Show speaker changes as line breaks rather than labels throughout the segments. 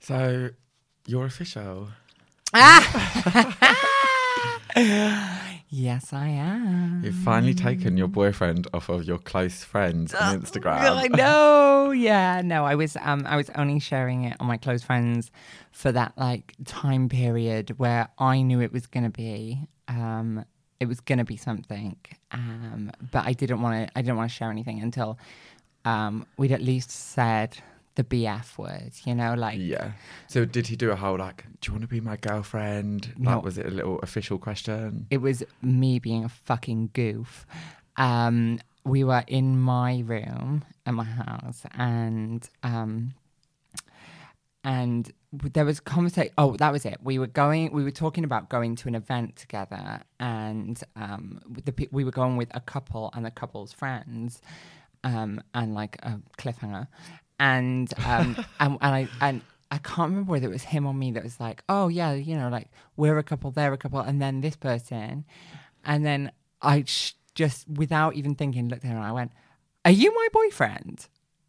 So you're official.
yes, I am.
You've finally taken your boyfriend off of your close friends
Oh,
on
I
Instagram.
know. Yeah, no, I was um I was only sharing it on my close friends for that like time period where I knew it was going to be um it was going to be something. Um but I didn't want to I didn't want to share anything until um we'd at least said the BF word, you know, like
Yeah. So did he do a whole like, do you want to be my girlfriend?
No.
Like, was it a little official question?
it was me being a fucking goof. Um, we were in my room at my house, and um, and there was conversation. Oh, that was it. We were going. We were talking about going to an event together, and um, with the pe- we were going with a couple and the couple's friends, um, and like a cliffhanger, and um, and, and I and. I can't remember whether it was him or me that was like, oh, yeah, you know, like we're a couple, they're a couple, and then this person. And then I sh- just, without even thinking, looked at her and I went, Are you my boyfriend?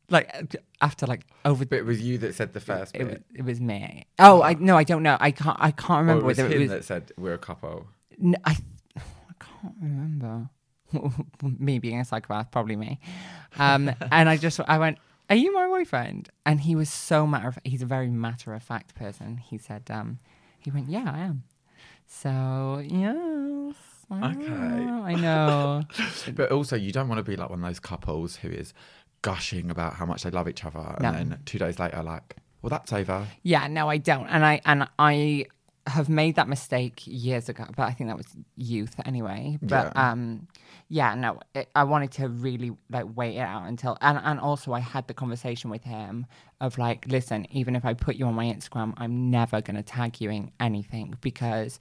Like, after like over
But it was you that said the first
it,
bit.
was, it was me. Oh, I no, I don't know. I can't. I can't
Or
remember
it was
whether
him
it was.
that said we're a couple.
n- I, I can't remember. me being a psychopath, probably me. Um, and I just, I went, "Are you my boyfriend?" And he was so matter. of He's a very matter of fact person. He said, um, he went, "Yeah, I am." So yes. I
Okay.
know, I know.
But also, you don't want to be like one of those couples who is gushing about how much they love each other, and
No.
then two days later, like, well, that's over.
Yeah, no, I don't, and I and I have made that mistake years ago, but I think that was youth anyway. But
Yeah.
um, yeah, no, it, I wanted to really like wait it out until, and and also I had the conversation with him of like, listen, even if I put you on my Instagram, I'm never gonna tag you in anything because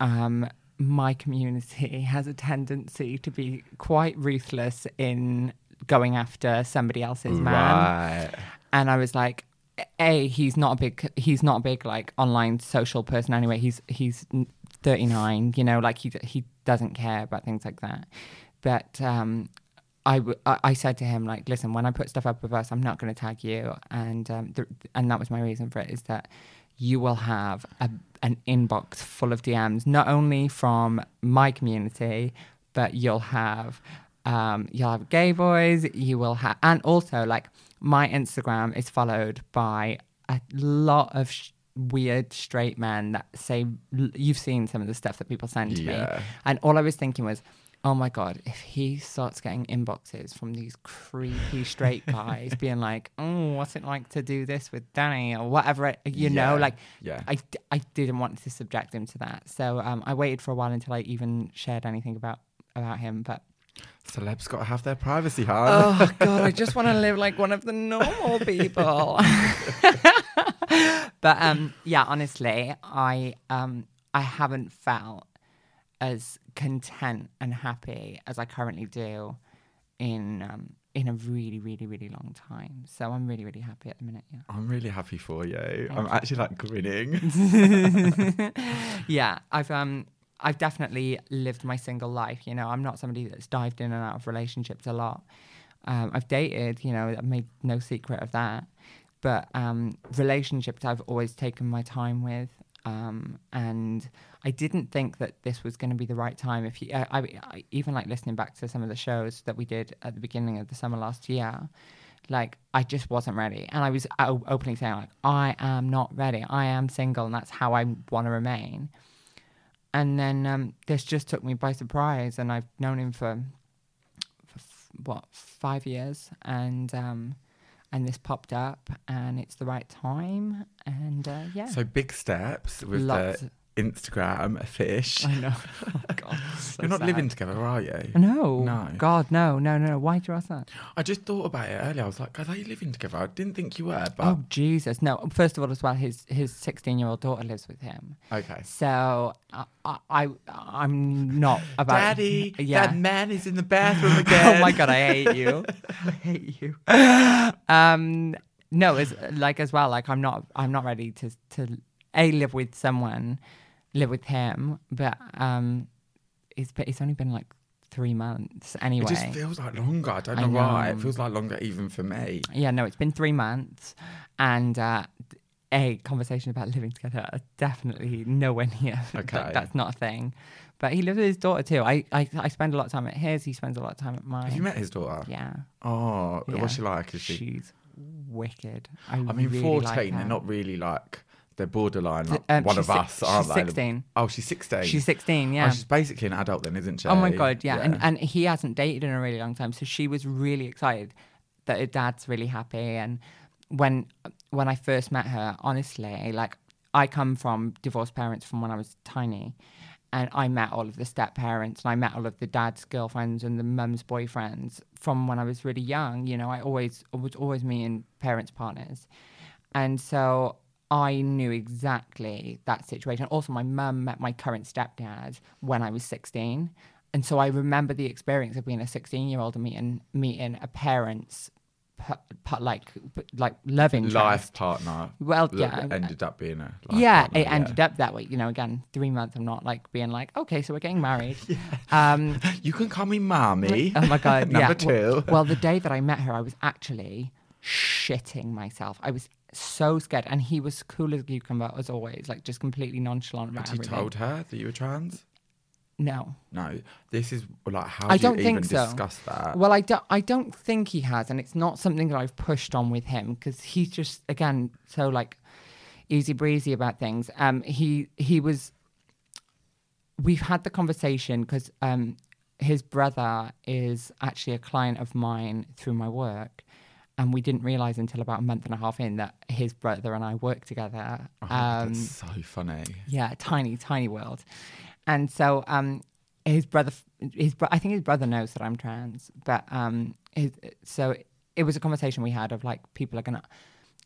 um, my community has a tendency to be quite ruthless in going after somebody else's man
Right.
and I was like, a he's not a big he's not a big like online social person anyway. He's he's 39, you know, like he he doesn't care about things like that. But um, I w- I I said to him like, listen, when I put stuff up with us, I'm not going to tag you, and um, th- and that was my reason for it is that you will have a, an inbox full of DMs, not only from my community, but you'll have um, you'll have gay boys, you will have, and also like my Instagram is followed by a lot of sh- weird straight men that say you've seen some of the stuff that people send to
Yeah.
me, and all I was thinking was. Oh my god! If he starts getting inboxes from these creepy straight guys, being like, "Oh, what's it like to do this with Danny?" or whatever, it, you know,
Yeah,
like
yeah.
I, d- I didn't want to subject him to that. So um, I waited for a while until I even shared anything about about him. But
Celebs got to have their privacy, huh?
oh god, I just want to live like one of the normal people. but um, yeah, honestly, I um, I haven't felt as content and happy as I currently do in um, in a really, really, really long time. So I'm really, really happy at the minute. Yeah.
I'm really happy for you. I'm actually like grinning.
yeah, I've um I've definitely lived my single life. You know, I'm not somebody that's dived in and out of relationships a lot. Um, I've dated, you know, I've made no secret of that. But um, relationships, I've always taken my time with. Um, and I didn't think that this was going to be the right time. If you, uh, I, I, I even like listening back to some of the shows that we did at the beginning of the summer last year, like I just wasn't ready, and I was uh, o- openly saying like I am not ready. I am single, and that's how I want to remain. And then um, this just took me by surprise, and I've known him for, for f- what five years, and um, and this popped up, and it's the right time, and uh, yeah,
so big steps with
Lots.
the Instagram fish.
I know. Oh, God, it's so
You're not
sad.
living together, are you?
No,
No.
God, no, no, no. Why do you ask that?
I just thought about it earlier. I was like, are they living together? I didn't think you were, but
oh Jesus, no. First of all, as well, his his sixteen year old daughter lives with him.
okay.
So I, I, I I'm not about
Daddy,
Yeah.
that man is in the bathroom again.
oh my god, I hate you. I hate you. Um, no, it's like as well. Like I'm not. I'm not ready to to a live with someone, live with him. But um, it's but it's only been like three months anyway.
It just feels like longer. I don't know,
I
why. It
know.
feels like longer even for me.
Yeah, no, it's been three months, and uh, a conversation about living together. Definitely nowhere near. That-
Okay.
that's not a thing. But he lives with his daughter too. I, I, I spend a lot of time at his. He spends a lot of time at mine.
Have you met his daughter?
Yeah.
Oh,
yeah.
what's she like? Is she?
She's wicked. I,
I mean,
really
fourteen.
like her.
they're not really like they're borderline. Like
um,
one of
she's si-
us, aren't
she's
they?
16.
Oh, she's sixteen.
She's 16,
Oh,
yeah.
she's basically an adult then, isn't she?
Oh my god, yeah. And and he hasn't dated in a really long time, so she was really excited that her dad's really happy. And when when I first met her, honestly, like I come from divorced parents from when I was tiny, and I met all of the step parents and I met all of the dad's girlfriends and the mum's boyfriends from when I was really young. You know, I always I was always meeting parents partners, and so I knew exactly that situation. Also, my mum met my current stepdad when I was 16. And so I remember the experience of being a 16 year old and meeting, meeting a parent's, pu- pu- like, like loving
life partner.
Well,
that
yeah.
ended up being a. Life
Yeah,
partner,
it ended up that way. You know, again, three months of not like being like, okay, so we're getting married. um,
You can call me mommy.
Oh my god! yeah.
Number
Well,
two.
well, the day that I met her, I was actually shitting myself. I was so scared, and he was cool as a cucumber as always, like just completely nonchalant about
Had you
everything.
told her that you were trans?
no,
No. This is like how
I
do
don't
you
think
even
so.
discuss that?
Well, I don't. I don't think he has, and it's not something that I've pushed on with him because he's just again so like easy breezy about things. Um, he he was. We've had the conversation because um, his brother is actually a client of mine through my work, and we didn't realize until about a month and a half in that his brother and I work together.
Oh,
um,
that's so funny.
yeah, tiny, tiny world. And so um, his brother, his bro- I think his brother knows that I'm trans, but um, his, so it was a conversation we had of like people are gonna.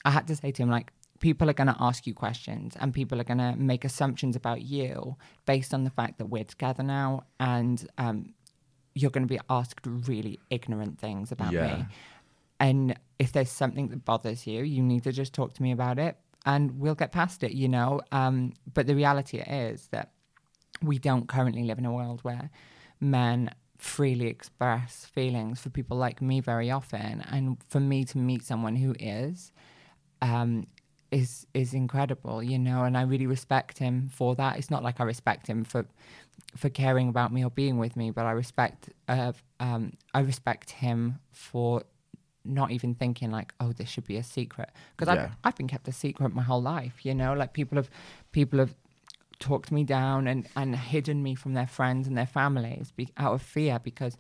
I had to say to him like people are gonna ask you questions and people are gonna make assumptions about you based on the fact that we're together now and um, you're gonna be asked really ignorant things about me.
Yeah.
And if there's something that bothers you, you need to just talk to me about it and we'll get past it, you know? Um, but the reality is that we don't currently live in a world where men freely express feelings for people like me very often. And for me to meet someone who is, um, is is incredible, you know, and I really respect him for that. It's not like I respect him for for caring about me or being with me, but I respect uh, um, I respect him for not even thinking like, oh, this should be a secret because I've
Yeah.
I've been kept a secret my whole life, you know, like people have people have talked me down and and hidden me from their friends and their families be, out of fear because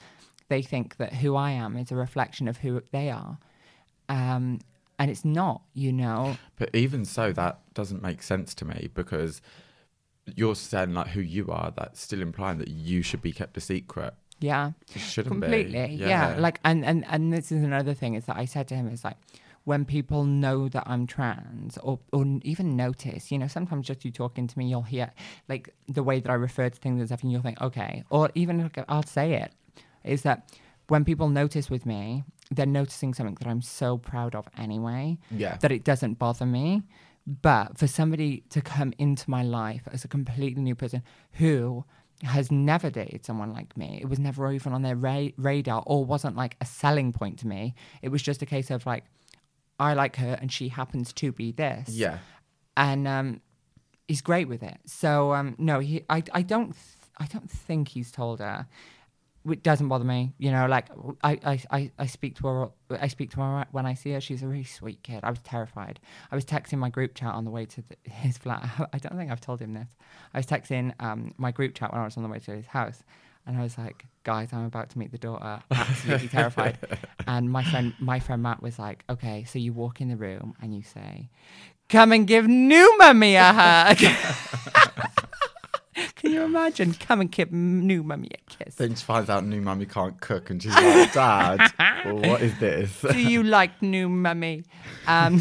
they think that who I am is a reflection of who they are. Um, and it's not, you know.
But even so, that doesn't make sense to me because you're saying like who you are. That's still implying that you should be kept a secret.
Yeah.
It shouldn't
completely
be.
yeah. like and and and this is another thing is that i said to him is like when people know that i'm trans or or n- even notice you know sometimes just you talking to me you'll hear like the way that i refer to things and stuff and you'll think okay or even like, i'll say it is that when people notice with me they're noticing something that i'm so proud of anyway
Yeah.
that it doesn't bother me. But for somebody to come into my life as a completely new person who has never dated someone like me, it was never even on their ra- radar or wasn't like a selling point to me. It was just a case of like, I like her and she happens to be this.
yeah.
And um, he's great with it. So um, no, he, I, I don't, th- I don't think he's told her. It doesn't bother me, you know. Like I, I, I, I speak to her. I speak to her when I see her. She's a really sweet kid. I was terrified. I was texting my group chat on the way to the, his flat. I don't think I've told him this. I was texting um, my group chat when I was on the way to his house, and I was like, "Guys, I'm about to meet the daughter. Absolutely terrified." And my friend, my friend Matt was like, "Okay, so you walk in the room and you say." Come and give new mummy a hug. Can you imagine? Come and give new mummy a kiss.
Then she finds out new mummy can't cook, and she's like, "Dad, well, what is this?"
Do you like new mummy? Um,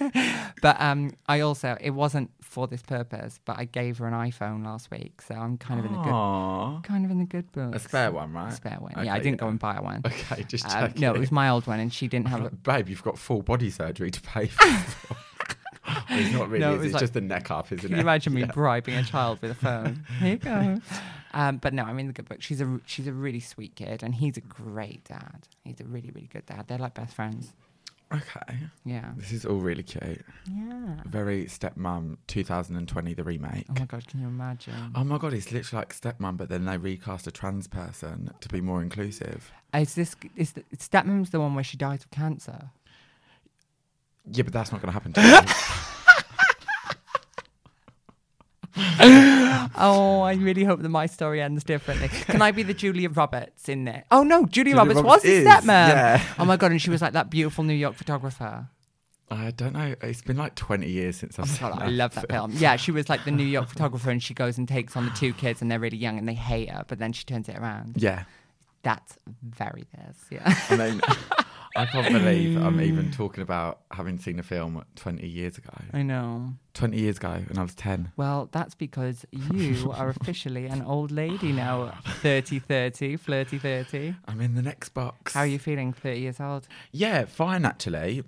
but um, I also it wasn't for this purpose, but I gave her an iPhone last week, so I'm kind of in the good,
Aww.
kind of in the good books.
A spare one, right?
A spare one. yeah, I
Okay,
didn't go and buy one.
Okay, just
Um,
check.
no, it was my old one, and she didn't have it.
Babe, you've got full body surgery to pay for. it's not really.
No,
is it
it was
it's
like-
just the neck up, isn't
Can you
it?
imagine me bribing a child with a phone? Here you go. Um, but no, I mean the good book. She's a she's a really sweet kid, and he's a great dad. He's a really really good dad. They're like best friends.
Okay.
Yeah.
This is all really cute.
Yeah.
Very Stepmom 2020, the remake.
Oh my god, can you imagine?
Oh my god, it's literally like Stepmom, but then they recast a trans person to be more inclusive.
Is this is the, stepmom's the one where she dies of cancer?
Yeah, but that's not going to happen to you.
Oh, I really hope that my story ends differently. Can I be the Julia Roberts in there? Oh no, Julia,
Julia
Roberts, was
Roberts
the
is,
stepmom.
yeah.
Oh my god, and she was like that beautiful New York photographer.
I don't know. It's been like 20 years since I've
Oh my
seen
god,
that.
I love that film. Yeah, she was like the New York photographer, and she goes and takes on the two kids, and they're really young, and they hate her, but then she turns it around.
Yeah.
That's very theirs. Yeah.
I mean, I can't believe I'm even talking about having seen a film 20 years ago.
I know.
20 years ago, and I was 10.
Well, that's because you are officially an old lady now. 30 30, flirty 30.
I'm in the next box.
How are you feeling, 30 years old?
Yeah, fine actually.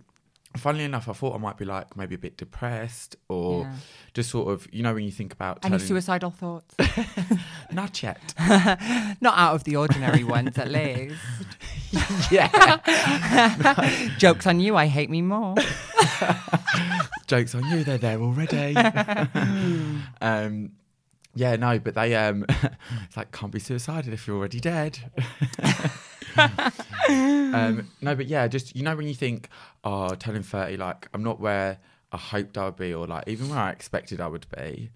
Funnily enough, I thought I might be like maybe a bit depressed or
Yeah.
just sort of, you know, when you think about
Any
turning-
suicidal thoughts?
not yet.
Not out of the ordinary ones, at least.
yeah,
Joke's on you, I hate me more.
jokes on you. They're there already. um, yeah, no, but they um, it's like can't be suicidal if you're already dead. um, no, but yeah, just you know when you think, oh, telling thirty, like I'm not where I hoped I would be, or like even where I expected I would be.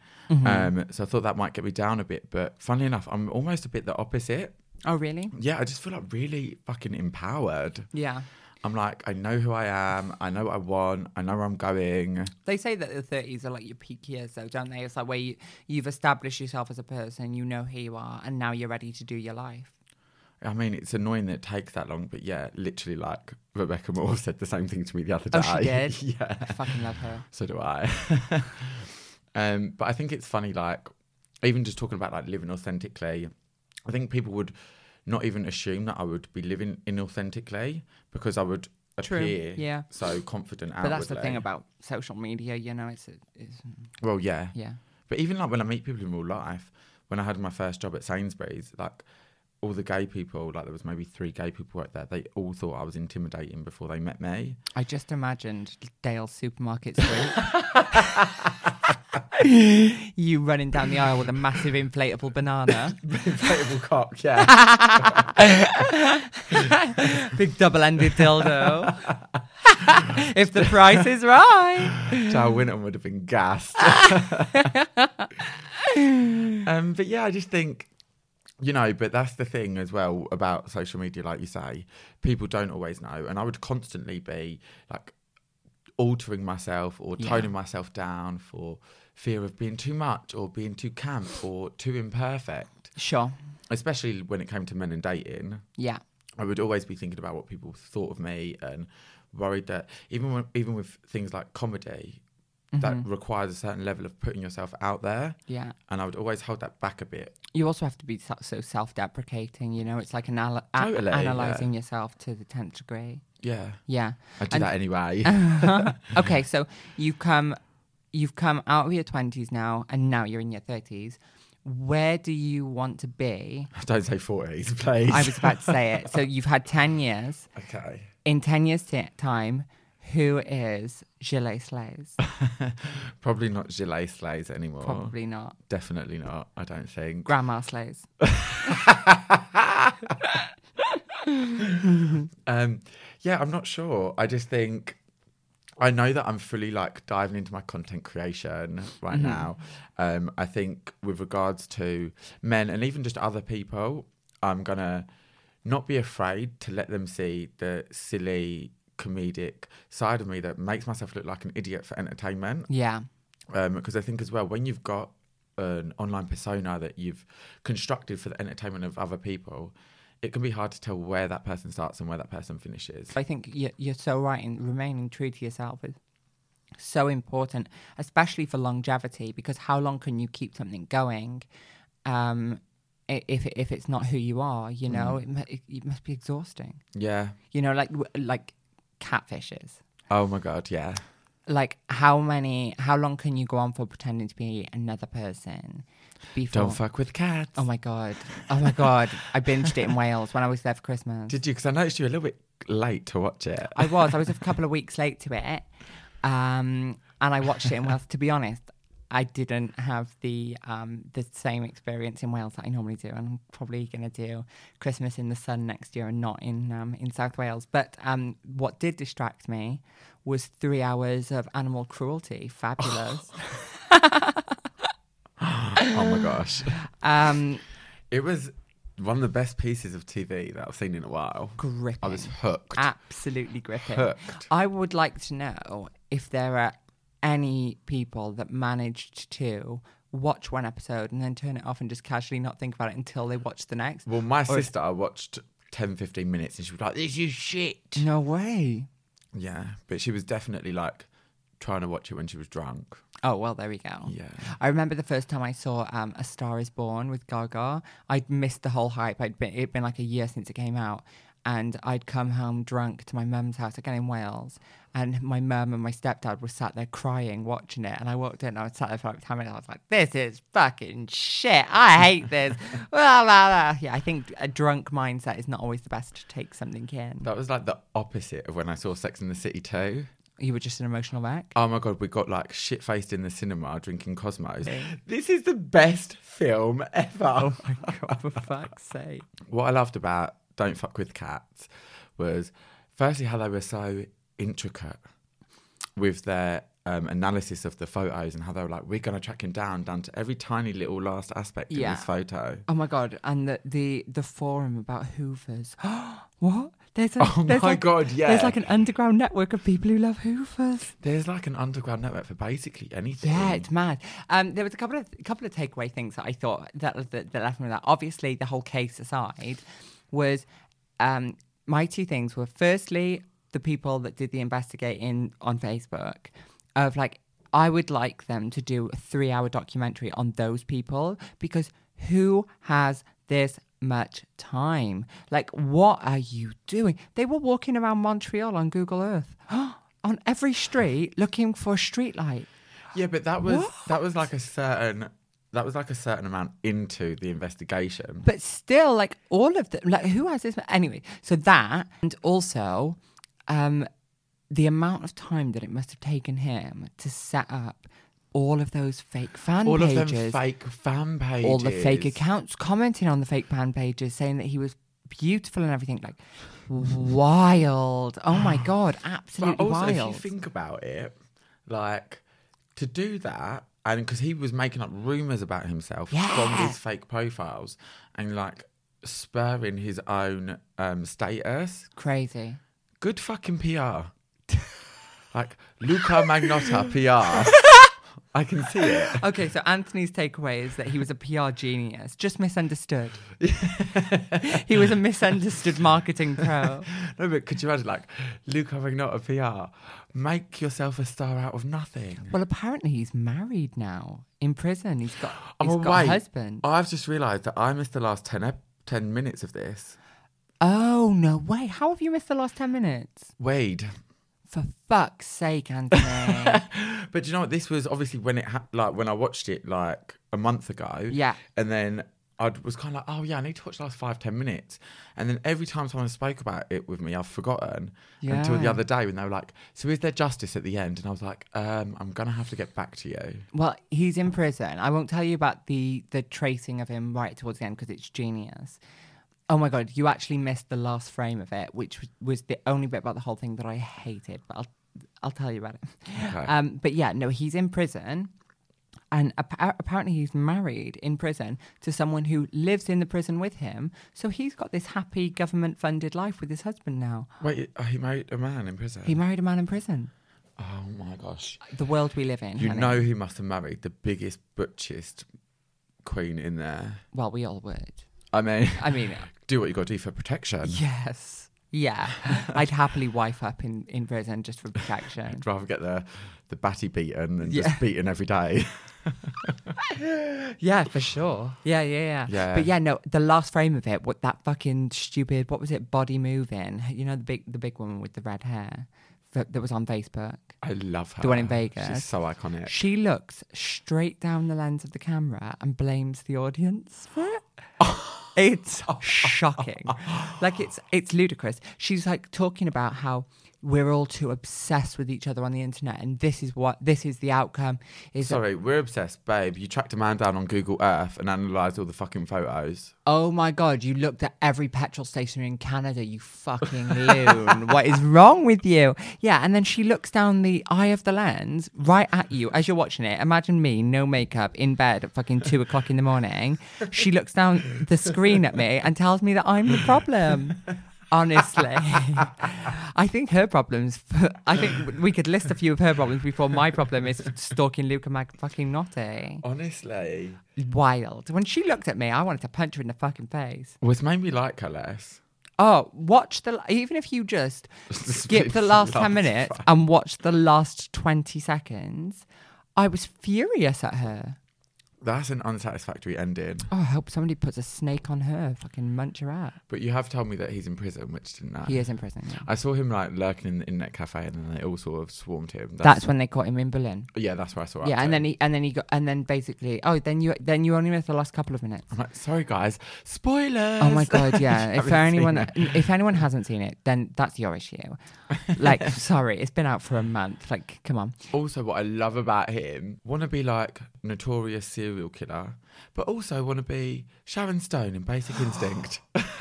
Um, so I thought that might get me down a bit, but funnily enough, I'm almost a bit the opposite.
Oh, really?
Yeah, I just feel like really fucking empowered.
Yeah.
I'm like, I know who I am. I know what I want. I know where I'm going.
They say that the 30s are like your peak years, though, don't they? It's like where you, you've established yourself as a person, you know who you are, and now you're ready to do your life.
I mean, it's annoying that it takes that long, but yeah, literally, like Rebecca Moore said the same thing to me the other day.
Oh, she did?
yeah,
I fucking love her.
so do I. um, but I think it's funny, like, even just talking about like living authentically, I think people would not even assume that I would be living inauthentically because I would
True,
appear
yeah.
so confident
But that's the thing
outwardly.
about social media, you know, it's, it's
well, yeah,
yeah.
But even like when I meet people in real life, when I had my first job at Sainsbury's, like all the gay people, like there was maybe three gay people out there, they all thought I was intimidating before they met me.
I just imagined Dale's supermarket street. you running down the aisle with a massive inflatable banana,
Inflatable cock, yeah.
big double-ended dildo. if the price is right.
Joe Winton would have been gassed. um, but yeah, I just think, you know, but that's the thing as well about social media, like you say, people don't always know. And I would constantly be like altering myself or
Yeah.
toning myself down for fear of being too much or being too camp or too imperfect,
Sure.
especially when it came to men and dating.
Yeah.
I would always be thinking about what people thought of me and worried that even when, even with things like comedy that requires a certain level of putting yourself out there
Mm-hmm. Yeah.
and I would always hold that back a bit.
You also have to be so- so self-deprecating, you know. It's like anal- a-
Totally, yeah.
analyzing yourself to the tenth degree.
Yeah.
Yeah.
I do
And-
that anyway.
okay, so you've come you've come out of your twenties now and now you're in your thirties. Where do you want to be?
Don't say 40s, please.
I was about to say it. So you've had ten years.
okay.
In ten years' t- time, who is Gillet Slays?
Probably not Gillet Slays anymore.
Probably not.
Definitely not, I don't think.
Grandma Slays.
Um, yeah, I'm not sure. I just think I know that I'm fully like diving into my content creation right now. Um, I think with regards to men and even just other people, I'm gonna not be afraid to let them see the silly comedic side of me that makes myself look like an idiot for entertainment
Yeah.
because Um, I think as well when you've got an online persona that you've constructed for the entertainment of other people, it can be hard to tell where that person starts and where that person finishes.
I think you're, you're so right in remaining true to yourself is so important, especially for longevity, because how long can you keep something going um, i- if, if it's not who you are? You know, it, mu- it, it must be exhausting.
Yeah.
You know, like like catfishes.
Oh my god. Yeah.
like how many how long can you go on for pretending to be another person before
Don't fuck with cats.
oh my god oh my god i binged it in wales when i was there for christmas
Did you? Because I noticed you were a little bit late to watch it.
i was i was a couple of weeks late to it um and i watched it in wales to be honest i didn't have the um the same experience in wales that i normally do and i'm probably going to do christmas in the sun next year and not in um in south wales but um what did distract me was three hours of animal cruelty fabulous
oh my gosh.
um
It was one of the best pieces of TV that I've seen in a while.
gripping.
I was hooked.
absolutely gripping.
Hooked.
I would like to know if there are any people that managed to watch one episode and then turn it off and just casually not think about it until they watch the next.
Well, my sister, I watched 10, 15 minutes and she was like, this is shit.
No way.
Yeah, but she was definitely like trying to watch it when she was drunk.
Oh well, there we go.
Yeah.
I remember the first time I saw um, A Star Is Born with Gaga. I'd missed the whole hype. I'd been it'd been like a year since it came out, and I'd come home drunk to my mum's house again in Wales, and my mum and my stepdad were sat there crying watching it, and I walked in and I was sat there for like ten minutes. I was like, "This is fucking shit. I hate this." blah, blah, blah. Yeah, I think a drunk mindset is not always the best to take something in.
That was like the opposite of when I saw Sex in the City 2.
You were just an emotional wreck.
Oh my God, we got like shit faced in the cinema drinking Cosmos. This is the best film ever.
Oh My God, for fuck's sake.
what I loved about Don't Fuck with Cats was firstly how they were so intricate with their um, analysis of the photos and how they were like, we're going to track him down, down to every tiny little last aspect
Yeah.
in this photo.
Oh my god! And the the, the forum about Hoovers. what? There's a,
Oh
there's
my
like,
God,
There's
yeah.
like an underground network of people who love Hoovers.
There's like an underground network for basically anything.
Yeah, it's mad. Um, there was a couple of couple of takeaway things that I thought that that, that left me with that. Obviously, the whole case aside, was um, my two things were firstly the people that did the investigating on Facebook of like I would like them to do a three hour documentary on those people because who has this much time? Like, what are you doing? They were walking around Montreal on Google Earth. On every street, looking for a streetlight.
Yeah, but that was that was like a certain that was like a certain amount into the investigation.
but still like all of them like who has this anyway so that and also um the amount of time that it must have taken him to set up all of those fake fan
All
pages
of them fake fan pages.
all the fake accounts commenting on the fake fan pages saying that he was beautiful and everything like wild oh my god absolutely
But also,
wild
if you think about it, like to do that, and because he was making up rumors about himself
Yeah.
from these fake profiles, and like spurring his own um, status.
crazy
Good fucking PR. like Luca Magnotta PR. I can see it.
Okay, so Anthony's takeaway is that he was a PR genius, just misunderstood. he was a misunderstood marketing pro.
No, but could you imagine, like, Luca Magnotta PR, make yourself a star out of nothing.
Well, apparently he's married now in prison. He's got,
Oh,
he's got
wait.
a husband.
I've just realised that I missed the last 10, ep- 10 minutes of this.
Oh, no way. How have you missed the last 10 minutes?
Wade.
For fuck's sake, Anthony.
But do you know what? This was obviously when it ha- like when I watched it like a month ago.
Yeah.
And then I was kind of like, oh yeah, I need to watch the last five ten minutes. And then every time someone spoke about it with me, I've forgotten until the
Yeah.
other day when they were like, so is there justice at the end? And I was like, um, I'm gonna have to get back to you.
Well, he's in prison. I won't tell you about the the tracing of him right towards the end because it's genius. Oh my god, you actually missed the last frame of it, which was- was the only bit about the whole thing that I hated. But I'll I'll tell you about it.
Okay.
Um, but yeah, no, he's in prison, and appa- apparently he's married in prison to someone who lives in the prison with him. So he's got this happy government funded life with his husband now.
Wait, oh, he married a man in prison.
He married a man in prison.
oh my gosh.
The world we live in.
You
honey.
know he must have married the biggest butchest queen in there.
Well, we all would.
I mean,
I mean.
do what you got to do for protection.
Yes. Yeah. I'd happily wife up in, in prison just for protection.
I'd rather get the the batty beaten than
Yeah.
just beaten every day.
yeah, for sure. Yeah, yeah, yeah,
Yeah.
But yeah, no, the last frame of it, what that fucking stupid, what was it, body moving? You know the big the big woman with the red hair that, that was on Facebook.
I love her.
The one in Vegas.
She's so iconic.
She looks straight down the lens of the camera and blames the audience for it. it's shocking. Like it's it's ludicrous. She's like talking about how we're all too obsessed with each other on the internet and this is what this is the outcome is that-
Sorry, we're obsessed, babe. You tracked a man down on Google Earth and analysed all the fucking photos.
oh my god you looked at every petrol station in canada you fucking loon what is wrong with you yeah and then she looks down the eye of the lens right at you as you're watching it imagine me no makeup in bed at fucking two o'clock in the morning she looks down the screen at me and tells me that i'm the problem honestly i think her problems i think we could list a few of her problems before my problem is stalking luca mag fucking notte
Honestly.
wild. When she looked at me, I wanted to punch her in the fucking face.
Well, it's made me like her less.
Oh, watch the even if you just skip the last ten minutes and watch the last twenty seconds. I was furious at her.
That's an unsatisfactory ending.
Oh, I hope somebody puts a snake on her, fucking munch her out.
But you have told me that he's in prison, which didn't I?
He is in prison. yeah.
I saw him like lurking in the internet cafe, and then they all sort of swarmed him.
That's when they caught him in Berlin.
yeah, that's where I saw.
Yeah,
Apto.
and then he and then he got and then basically oh then you then you only missed the last couple of minutes.
I'm like, sorry guys, spoilers.
Oh my god,
You
yeah. if
haven't
anyone
seen it.
if anyone hasn't seen it, then that's your issue. Like, sorry, it's been out for a month. Like, come on.
Also, what I love about him, want to be like notorious serial killer, but also want to be Sharon Stone in Basic Instinct.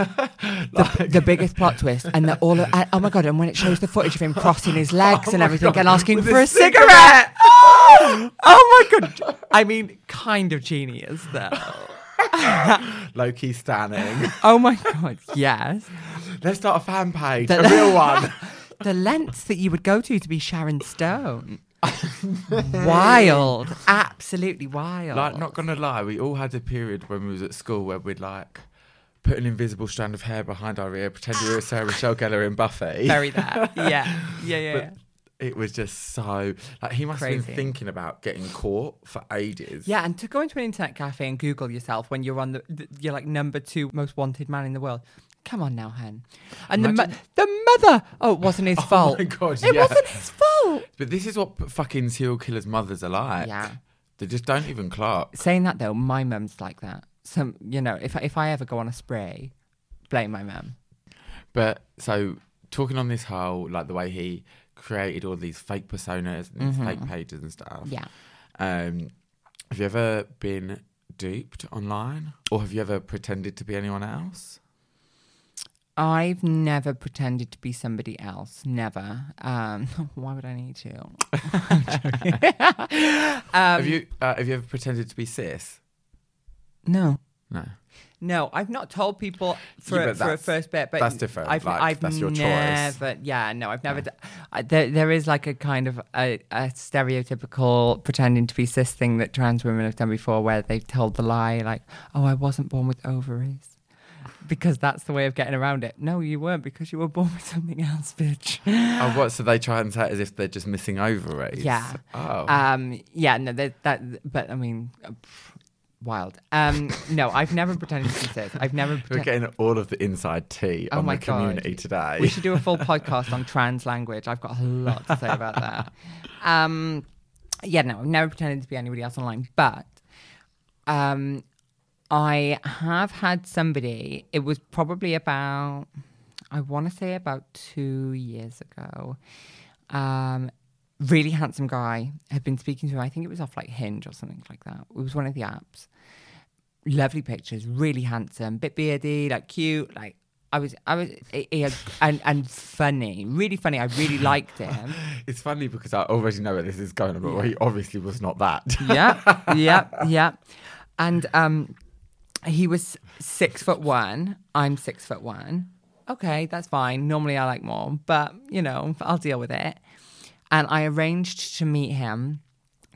The, the biggest plot twist, and that all of, and- oh my god! And when it shows the footage of him crossing his legs and everything, and asking
with
for
a
a cigarette. oh oh my god! I mean, kind of genius though.
Loki standing.
Oh my god! Yes.
Let's start a fan page,
The-
a real one.
the lengths that you would go to to be Sharon Stone. wild, absolutely wild.
Like, not gonna lie, we all had a period when we was at school where we'd like put an invisible strand of hair behind our ear, pretend we were Sarah Michelle Gellar in Buffy.
bury that. Yeah, yeah, yeah. yeah.
But it was just so like he must have
Crazy.
been thinking about getting caught for ages.
Yeah, and to go into an internet cafe and Google yourself when you're on the th- you're like number two most wanted man in the world. Come on now, hen. And the mo-
Imagine-
the mother. Oh, it wasn't his fault.
my God,
it
yeah.
wasn't his fault.
But this is what p- fucking serial killers' mothers are like.
Yeah.
They just don't even clock.
Saying that though, my mum's like that. Some, you know, if I- if I ever go on a spray, blame my mum.
But so talking on this whole like the way he created all these fake personas and these fake pages and stuff.
Mm-hmm. Yeah.
Um, have you ever been duped online, or have you ever pretended to be anyone else?
I've never pretended to be somebody else. Never. Um, why would I need to? I'm joking. Um,
have you uh, have you ever pretended to be cis?
no.
No.
No, I've not told people for,
Yeah,
a,
but
for a
that's-
first bit, but
that's different.
I've,
Like,
I've
that's your choice.
never, Yeah, no, I've never. d I there, there is like a kind of a, a stereotypical pretending to be cis thing that trans women have done before, where they've told the lie, like, "Oh, I wasn't born with ovaries," because that's the way of getting around it. No, you weren't, because you were born with something else, bitch.
Oh, what? So they try and say it as if they're just missing ovaries.
Yeah.
Oh.
Um, yeah, no, that, that, but I mean, uh, pff, wild. Um, no, I've never pretended to be cis. I've never
We're
pretended.
getting all of the inside tea
Oh
on
my
the community
God.
today.
We should do a full podcast on trans language. I've got a lot to say about that. Um, yeah, no, I've never pretended to be anybody else online, but um, I have had somebody. It was probably about, I want to say about two years ago. Um, really handsome guy had been speaking to him. I think it was off like Hinge or something like that. It was one of the apps lovely pictures, really handsome, bit beardy, like cute, like I was, I was, he- he had- and and funny, really funny. I really liked him.
It's funny because I already know where this is going, but he obviously was not that.
yeah, yeah, yeah. And um, he was six foot one. I'm six foot one. Okay, that's fine. Normally I like more, but you know, I'll deal with it. And I arranged to meet him.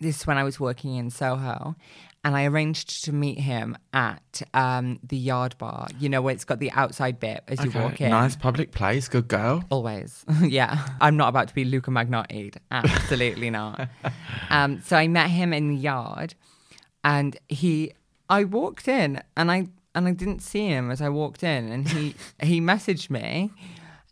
This is when I was working in Soho. And I arranged to meet him at um, the yard bar. You know, where it's got the outside bit as you walk in.
Nice public place, good girl.
Always. yeah. I'm not about to be Luca Magnotti. Absolutely not. Um, so I met him in the yard and he I walked in and I and I didn't see him as I walked in and he he messaged me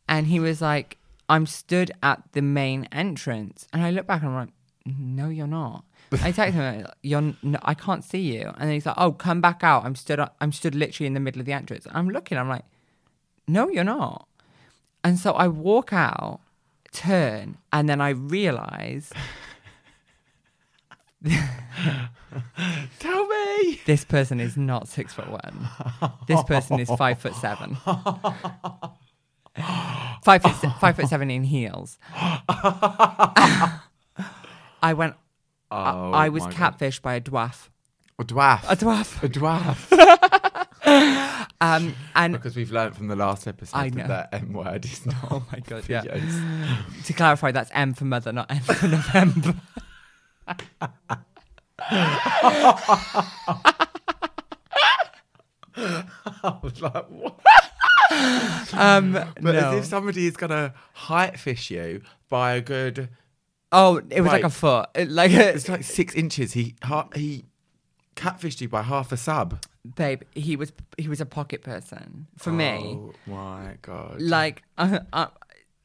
and he was like, I'm stood at the main entrance, and I look back and I'm like, "No, you're not." I text him, "You're, n I can't see you," and then he's like, "Oh, come back out." I'm stood, I'm stood literally in the middle of the entrance. I'm looking. I'm like, "No, you're not." And so I walk out, turn, and then I realize
Tell me.
this person is not six foot one. This person is five foot seven. five foot se- five foot seven in heels. I went.
Oh,
I was
my God.
catfished by a dwarf.
A dwarf.
A dwarf.
A dwarf.
Um, and
because we've learned from the last episode
I know.
that that M word is not.
oh my god, yeah.
videos.
To clarify, that's M for mother, not N for November.
I was like, what?
Um,
But
no.
as if somebody is gonna height fish you by a good,
oh, it was like a
Right.
foot. It- like a,
it's like six inches. He ha- he catfished you by half a sub.
babe, he was he was a pocket person for me.
Oh my god.
like uh, uh,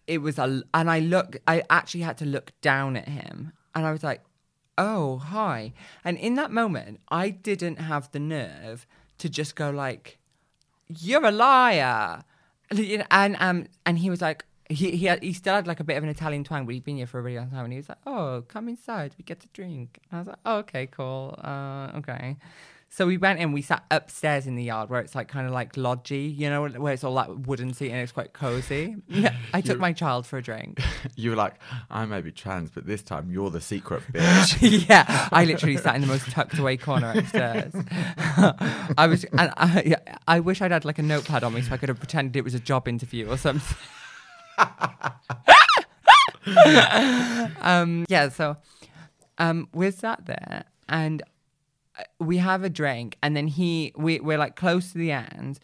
it was a and i look i actually had to look down at him and i was like oh hi and in that moment i didn't have the nerve to just go like you're a liar You know, and um and he was like he, he had- he still had like a bit of an Italian twang, but he'd been here for a really long time. And he was like, "Oh, come inside, we get to drink." And I was like, oh, "Okay, cool, uh, okay." So we went in. We sat upstairs in the yard where it's like kind of like lodgy, you know, where it's all like wooden seat and it's quite cozy. Yeah, I took my child for a drink.
you were like, I may be trans, but this time you're the secret bitch.
yeah, I literally sat in the most tucked away corner upstairs. I was, and I, yeah, I wish I'd had like a notepad on me so I could have pretended it was a job interview or something. um, yeah, so um, we're sat there and uh, we have a drink, and then he, we, we're like close to the end,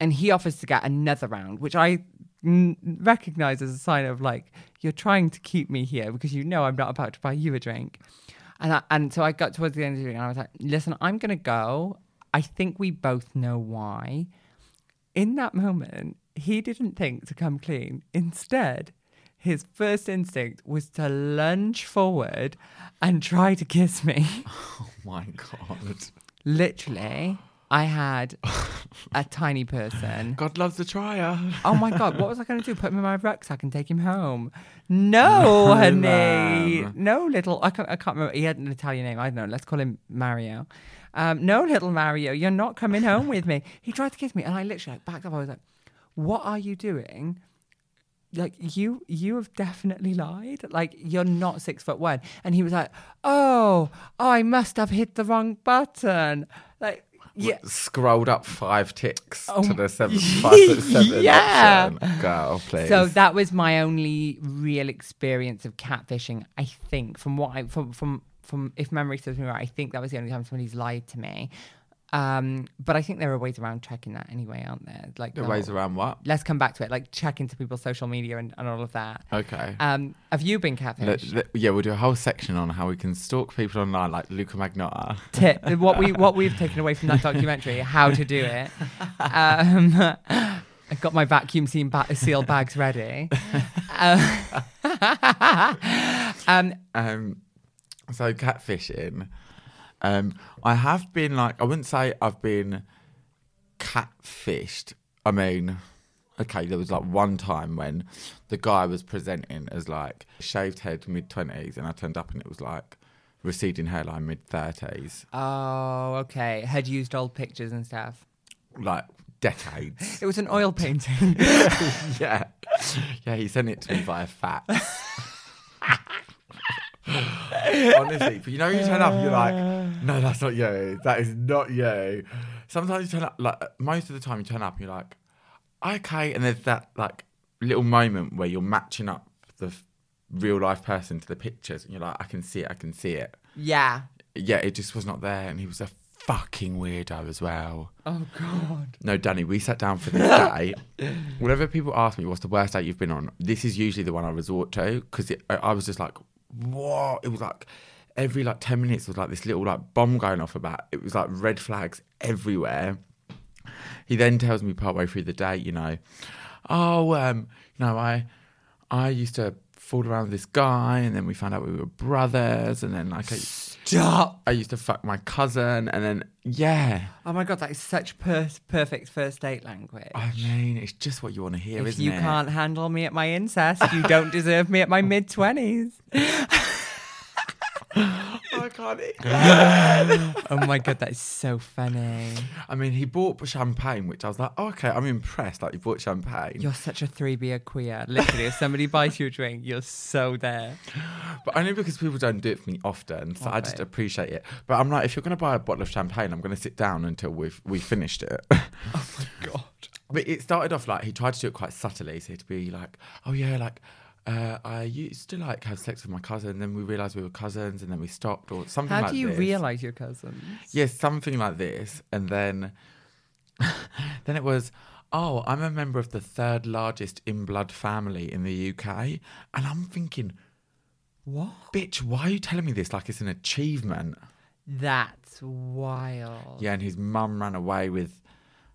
and he offers to get another round, which I n- recognize as a sign of like, you're trying to keep me here because you know I'm not about to buy you a drink. And, I, and so I got towards the end of the drink and I was like, listen, I'm going to go. I think we both know why. In that moment, he didn't think to come clean. Instead, his first instinct was to lunge forward and try to kiss me.
oh my god.
Literally, I had a tiny person.
God loves a trier.
Oh my God, what was I going to do? Put him in my rucksack and take him home? No, honey.
ma'am.
No, little. I can't, I can't remember. He had an Italian name. I don't know. Let's call him Mario. Um, no, little Mario, you're not coming home with me. He tried to kiss me, and I literally like, backed up. I was like, what are you doing? like you you have definitely lied like you're not six foot one and he was like oh i must have hit the wrong button like yeah
Scrolled up five ticks
Oh
to
my-
the seven, five foot seven.
Yeah.
option. Girl, please.
So that was my only real experience of catfishing. I think from what I from from from if memory serves me right, I think that was the only time somebody's lied to me. Um, but I think there are ways around checking that anyway, aren't there? Like
the
the
ways
whole-
around what?
Let's come back to it, like check into people's social media and, and all of that.
Okay.
Um, have you been
Le-
catfished?
le- yeah, we'll do a whole section on how we can stalk people online, like Luca Magnotta.
Tip what we what we've taken away from that documentary, how to do it. Um, I've got my vacuum seal, ba- seal bags ready. Um, um,
Um, so catfishing. Um, I have been like, I wouldn't say I've been catfished. I mean, okay, there was like one time when the guy was presenting as like shaved head mid twenties, and I turned up and it was like receding hairline mid thirties,
Oh, okay. Had used old pictures and stuff.
like decades.
It was an oil painting.
yeah, yeah. He sent it to me via fax. Honestly, but you know, when you turn up, and you're like, no, that's not you. That is not you. Sometimes you turn up, like most of the time, you turn up, and you're like, okay, and there's that like little moment where you're matching up the f- real life person to the pictures, and you're like, I can see it, I can see it.
yeah.
Yeah, it just was not there, and he was a fucking weirdo as well.
Oh God.
No, Danny, we sat down for this day. Whenever people ask me what's the worst date you've been on, this is usually the one I resort to because I I was just like, what? It was like every like 10 minutes was like this little like bomb going off about it was like red flags everywhere. He then tells me partway through the day, you know, oh, um, you know, I I used to fool around with this guy, and then we found out we were brothers, and then like I,
Stop.
I used to fuck my cousin, and then yeah,
Oh my god, that is such per- perfect first date language.
I mean, it's just what you want to hear,
if
isn't
you
it?
can't handle me at my incest, you don't deserve me at my mid twenties.
I can't. e-, eat.
Oh my god, that is so funny.
I mean, he bought champagne, which I was like, oh, okay, I'm impressed. Like you bought champagne,
You're such a three beer queer. Literally, if somebody buys you a drink, you're so there.
but only because people don't do it for me often, so I just
Okay.
appreciate it. But I'm like, if you're gonna buy a bottle of champagne, I'm gonna sit down until we've we finished it.
Oh, God.
But it started off like he tried to do it quite subtly. So he'd be like, "Oh yeah, like uh, I used to like have sex with my cousin. Then we realized we were cousins, and then we stopped, or something
How
like
do you
this.
realize your cousins?
Yeah, something like this. And then, then it was, "Oh, I'm a member of the third largest in blood family in the UK," and I'm thinking,
What?
"Bitch, why are you telling me this? Like it's an achievement."
That's wild.
Yeah, and his mum ran away with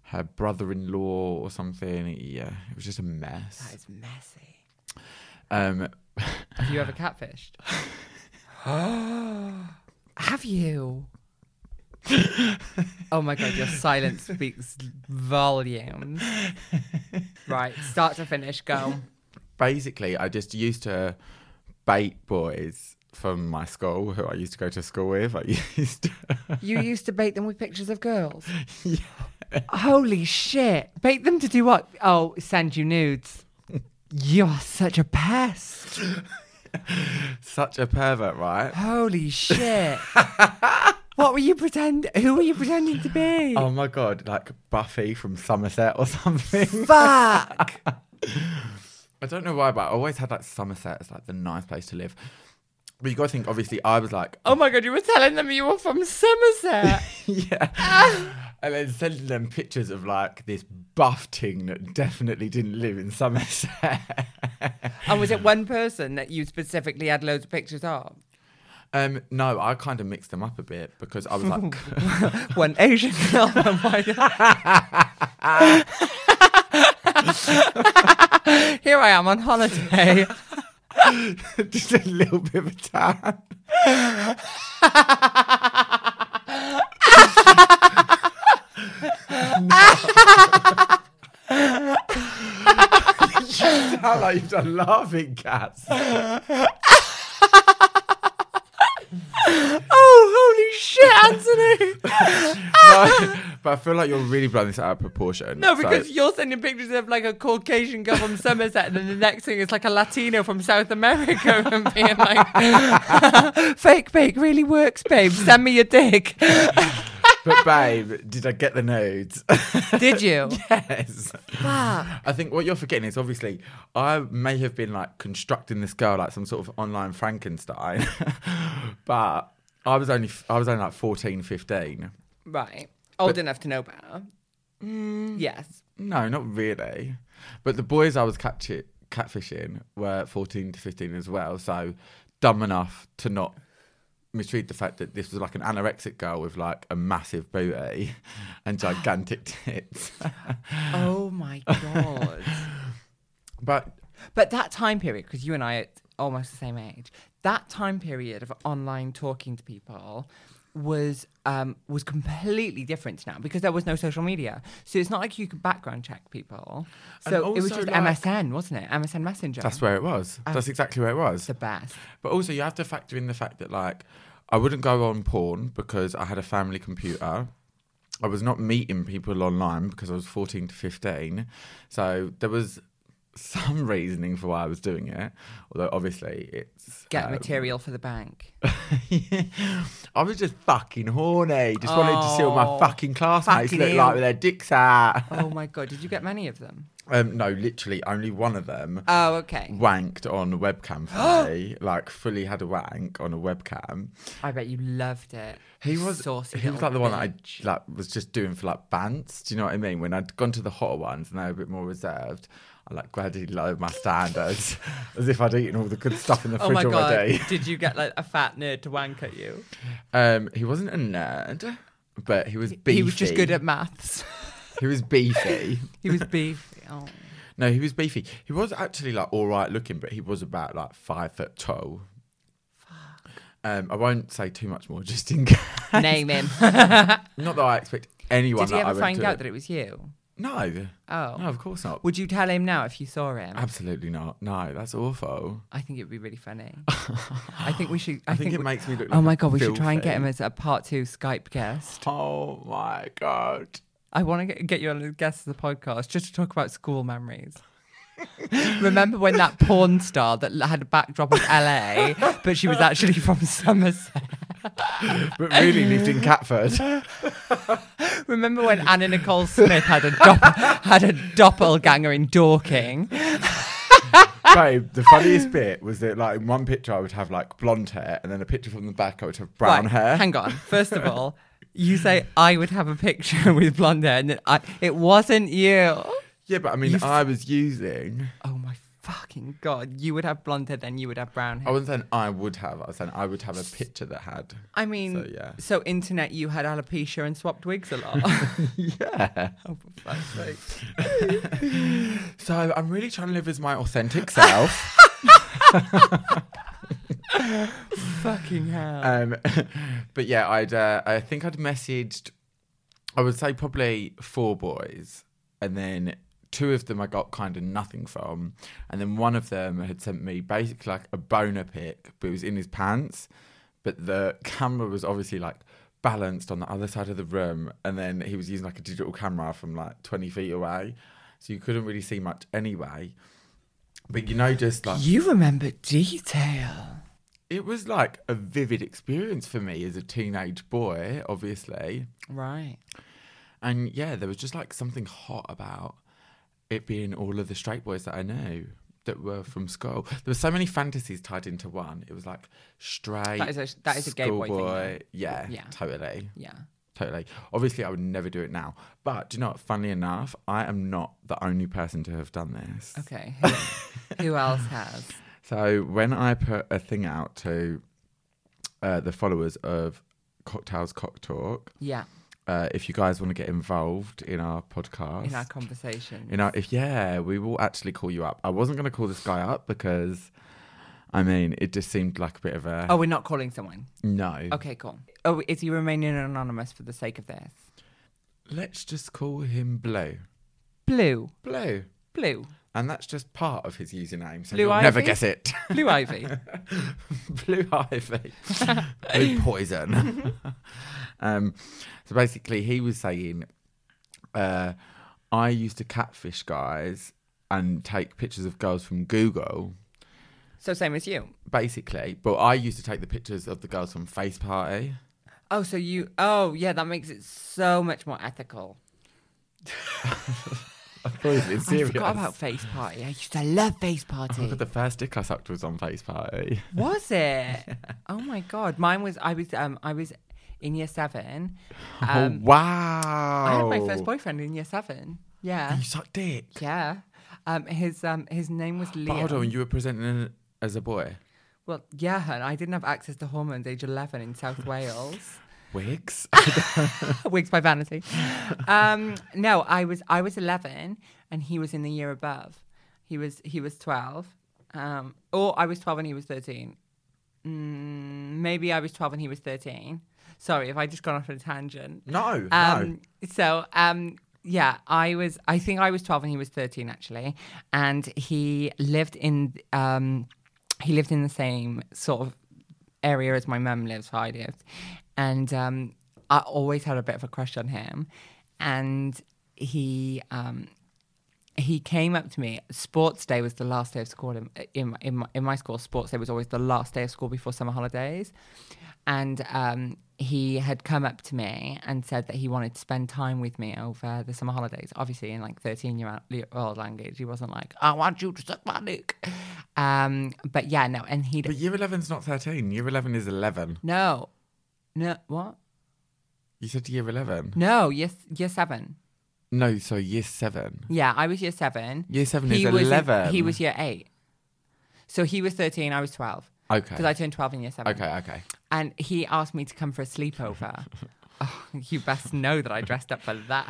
her brother-in-law or something. Yeah, it was just a
That
mess.
is messy.
Um,
Have you ever catfished? Have you? oh my god, your silence speaks volumes. Right, start to finish, go.
basically, I just used to bait boys from my school who I used to go to school with. I used to,
You used to bait them with pictures of girls.
yeah.
Holy shit. Bait them to do what? Oh, send you nudes. You're such a pest.
such a pervert, right?
Holy shit. what were you pretending? Who were you pretending to be?
Oh my god, like Buffy from Somerset or something.
Fuck.
I don't know why, but I always had like Somerset as like the nice place to live. But you gotta think, obviously, I was like,
Oh my god, you were telling them you were from Somerset.
yeah. And then sending them pictures of like this buff ting that definitely didn't live in Somerset.
and was it one person that you specifically had loads of pictures of?
Um, no, I kind of mixed them up a bit because I was like,
one Asian girl, one white. Here I am on holiday.
just a little bit of a tan. you sound like you've done laughing cats.
oh, holy shit, Anthony!
No, but I feel like you're really blowing this out of proportion.
No,
so-
because you're sending pictures of like a Caucasian girl from Somerset, and then the next thing is like a Latino from South America, and being like, "Fake bake really works, babe. Send me your dick."
but babe, did I get the nudes?
Did you?
yes.
Fuck.
I think what you're forgetting is obviously I may have been like constructing this girl like some sort of online Frankenstein, but I was only I was only like 14, 15.
Right. Old enough to know better. Mm. Yes.
No, not really. But the boys I was catch- catfishing were 14 to 15 as well, so dumb enough to not mistreat the fact that this was like an anorexic girl with like a massive booty and gigantic tits.
Oh my God.
but
but that time period, because you and I are almost the same age, that time period of online talking to people was um, was completely different now because there was no social media. So it's not like you could background check people.
And
So it was
also,
just
like-
MSN, wasn't it? MSN Messenger.
that's where it was. That's exactly where it was.
the best.
But also, you have to factor in the fact that, like, I wouldn't go on porn because I had a family computer. I was not meeting people online because I was 14 to 15. So there was some reasoning for why I was doing it. Although, obviously, it's.
Get
um,
material for the bank.
I was just fucking horny. Just wanted to see all my
Oh,
fucking classmates
fucking
look
ew.
like with their dicks out.
oh my God. Did you get many of them?
Um, no, literally, only one of them
Oh, okay.
wanked on webcam for me. Like, fully had a wank on a webcam.
I bet you loved it.
He was
saucy.
he was
little
like the one
bitch.
that I like was just doing for like bands. Do you know what I mean? When I'd gone to the hotter ones and they were a bit more reserved, I like gradually lowered my standards as if I'd eaten all the good stuff in the
Oh
fridge
my
already.
god! Did you get like a fat nerd to wank at you?
Um, he wasn't a nerd, but he was beefy.
He was just good at maths.
he was beefy.
he was beefy. Oh.
No, he was beefy. He was actually like all right looking, but he was about like five foot tall. Um, I won't say too much more, just in case.
Name him.
Not that I expect anyone.
Did he
that I
ever
went
find
to-
out that it was you?
No,
Oh.
no, of course not.
Would you tell him now if you saw him?
Absolutely not. No, that's awful.
I think it would be really funny. I think we should. I,
I, think, it
we-
makes me look.
Oh
like
my god, we should try and get
filthy-
him as a part two Skype guest.
Oh my god.
I want to get, get you on as a guest as a podcast just to talk about school memories. Remember when that porn star that l- had a backdrop of LA, but she was actually from Somerset?
But really lived in Catford.
Remember when Anna Nicole Smith had a doppel, had a doppelganger in Dorking?
Babe, the funniest bit was that like in one picture I would have like blonde hair and then a picture from the back I would have brown
Right,
hair.
Hang on. First of all, you say I would have a picture with blonde hair, and then I, it wasn't you.
yeah, but I mean
You've-
I was using
Oh my fucking god! You would have blonde hair, then you would have brown
I
hair.
wasn't saying I would have, I was saying I would have a picture that had
I mean,
so yeah.
so internet, you had alopecia and swapped wigs a lot.
Yeah.
oh, for fuck's sake.
So I'm really trying to live as my authentic self.
Fucking hell.
um but yeah, I'd uh, I think I'd messaged I would say probably four boys and then two of them I got kind of nothing from and then one of them had sent me basically like a boner pic but it was in his pants but the camera was obviously like balanced on the other side of the room and then he was using like a digital camera from like 20 feet away so you couldn't really see much anyway but you know just like
you remember detail.
it was like a vivid experience for me as a teenage boy obviously
Right.
and yeah, there was just like something hot about it being all of the straight boys that I knew that were from school. There were so many fantasies tied into one. It was like straight.
That is a- that is a gay boy thing,
schoolboy.
though.
Yeah,
Yeah.
totally,
Yeah.
totally. Obviously, I would never do it now. But do you know what? Funnily enough, I am not the only person to have done this.
Okay. Who, who else has?
So when I put a thing out to uh, the followers of Cocktails Cock Talk,
Yeah.
uh, if you guys want to get involved in our podcast,
In our conversation.
You know, if yeah, we will actually call you up. I wasn't gonna call this guy up because, I mean, it just seemed like a bit of a
oh, we're not calling someone.
no.
Okay, cool. Oh, is he remaining anonymous for the sake of this?
Let's just call him Blue.
Blue.
Blue,
Blue.
and that's just part of his username, so
Blue
you'll never
Ivy?
guess it.
Blue Ivy.
Blue Ivy, Blue Poison. um, so basically, he was saying, uh, I used to catfish guys and take pictures of girls from Google.
so same as you.
Basically, but I used to take the pictures of the girls from Face Party.
Oh, so you. Oh, yeah, that makes it so much more ethical.
It's serious.
I forgot about Face Party. I used to love Face
Oh
Party.
my God, the first dick I sucked was on Face Party.
was it? Oh my god, mine was. I was. Um, I was in year seven. Um,
oh, wow. Oh,
I had my first boyfriend in year seven. Yeah,
You sucked dick.
yeah. Um, his um, his name was
But hold
Leo.
on, you were presenting as a boy.
Well, yeah, hun, I didn't have access to hormones age eleven in South Wales.
Wigs?
Wigs by Vanity. Um, no, I was I was eleven, and he was in the year above. He was he was twelve, um, or I was twelve and he was thirteen. Mm, maybe I was twelve and he was thirteen. Sorry if I just gone off on a tangent.
no, no.
Um, So um, yeah, I was. I think I was twelve and he was thirteen actually, and he lived in um, he lived in the same sort of area as my mum lives. Where I lived, and um, I always had a bit of a crush on him, and he um, he came up to me. Sports day was the last day of school in in in my, in my school. Sports day was always the last day of school before summer holidays, and um, he had come up to me and said that he wanted to spend time with me over the summer holidays. Obviously, in like thirteen year old language, he wasn't like, "I want you to suck my dick," um, but yeah, no, and he
But year 11's not 13. Year 11 is 11.
no, no, what?
You said year 11.
No, yes, year seven.
No, so year 7.
Yeah, I was year seven.
Year 7
he
is
was in-
11.
he was year eight. So he was thirteen. I was twelve.
Okay.
Because I turned 12 in year seven.
okay, okay.
And he asked me to come for a sleepover. oh, you best know that I dressed up for that,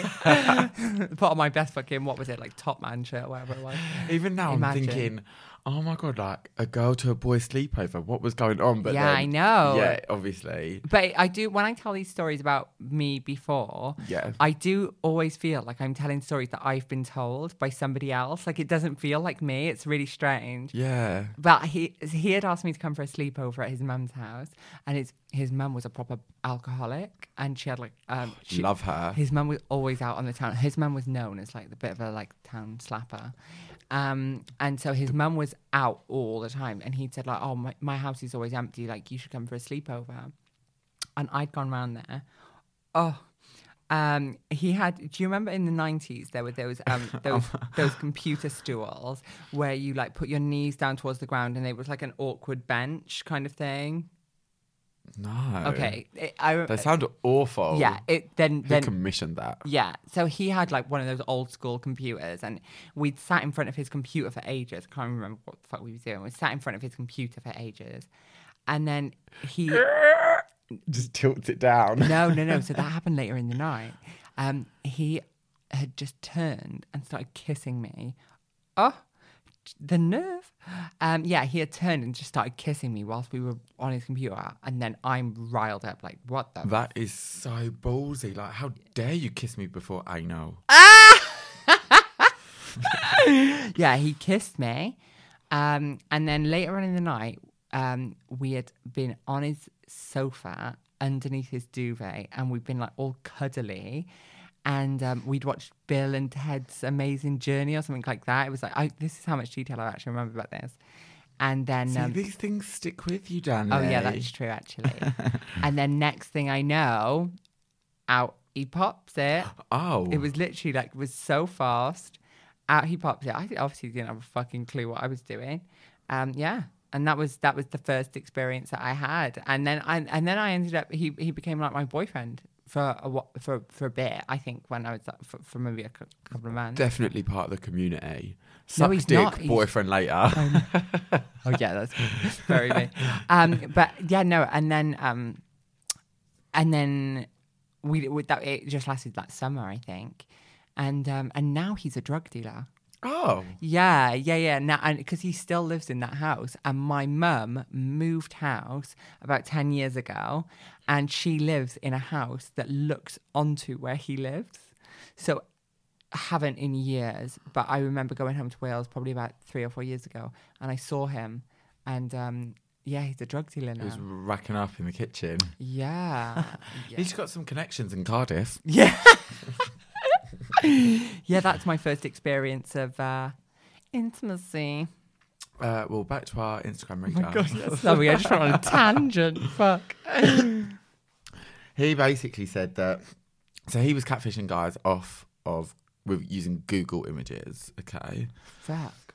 honey. Put on my best fucking, what was it, like top man shirt, whatever it was.
Even now,
Imagine.
I'm thinking, oh my god, like a girl to a boy sleepover. What was going on? But
Yeah,
then-
I know.
Yeah, obviously.
But I do, when I tell these stories about me before,
Yeah.
I do always feel like I'm telling stories that I've been told by somebody else. Like it doesn't feel like me. It's really strange.
Yeah.
But he he had asked me to come for a sleepover at his mum's house, and his his mum was a proper alcoholic, and she had like um she,
Love her.
His mum was always out on the town. His mum was known as like the bit of a like town slapper, um, and so his mum was out all the time, and he'd said like, oh my my house is always empty, like you should come for a sleepover, and I'd gone round there, oh. Um, he had. Do you remember in the nineties there were those um, those those computer stools where you like put your knees down towards the ground and it was like an awkward bench kind of thing.
No.
Okay, it, I,
They sound awful.
yeah. It then
Who
then
commissioned that?
yeah. So he had like one of those old school computers, and we'd sat in front of his computer for ages. I can't remember what the fuck we were doing. We sat in front of his computer for ages, and then he
Just tilts it down.
no no no. So that happened later in the night. Um, he had just turned and started kissing me. Oh, the nerve! Um, yeah, he had turned and just started kissing me whilst we were on his computer, and then I'm riled up like, what the
That is so ballsy. Like, how dare you kiss me before I know?
yeah, he kissed me. Um, and then later on in the night, um, we had been on his sofa underneath his duvet and we'd been like all cuddly. And um, we'd watched Bill and Ted's Amazing Journey or something like that. It was like, I, this is how much detail I actually remember about this. And then.
See,
um,
these things stick with you, Dan.
Oh yeah, that's true actually. and then next thing I know, out he pops it.
Oh.
It was literally like was so fast. Out he popped it. I obviously didn't have a fucking clue what I was doing. Um, yeah, and that was that was the first experience that I had. And then I and then I ended up he he became like my boyfriend for a wh- for for a bit. I think when I was like, for, for maybe a cou- couple of months.
definitely part of the community. Suck
he's
dick,
not. He's-
boyfriend later.
Oh yeah, that's very me. Um, but yeah, no, and then um, and then we, we that it just lasted that summer, I think, and um, and now he's a drug dealer.
oh.
Yeah, yeah, yeah. Now, and because he still lives in that house, and my mum moved house about ten years ago, and she lives in a house that looks onto where he lives. So, I haven't in years, but I remember going home to Wales probably about three or four years ago, and I saw him, and um, yeah, he's a drug dealer
He
now.
was racking up in the kitchen.
Yeah, yeah.
He's got some connections in Cardiff.
Yeah. yeah, that's my first experience of uh, intimacy.
Uh, well, back to our
Oh
Instagram recap.
Sorry, I just went on a tangent. Fuck.
He basically said that. So he was catfishing guys off of with using Google images. Okay.
Fuck.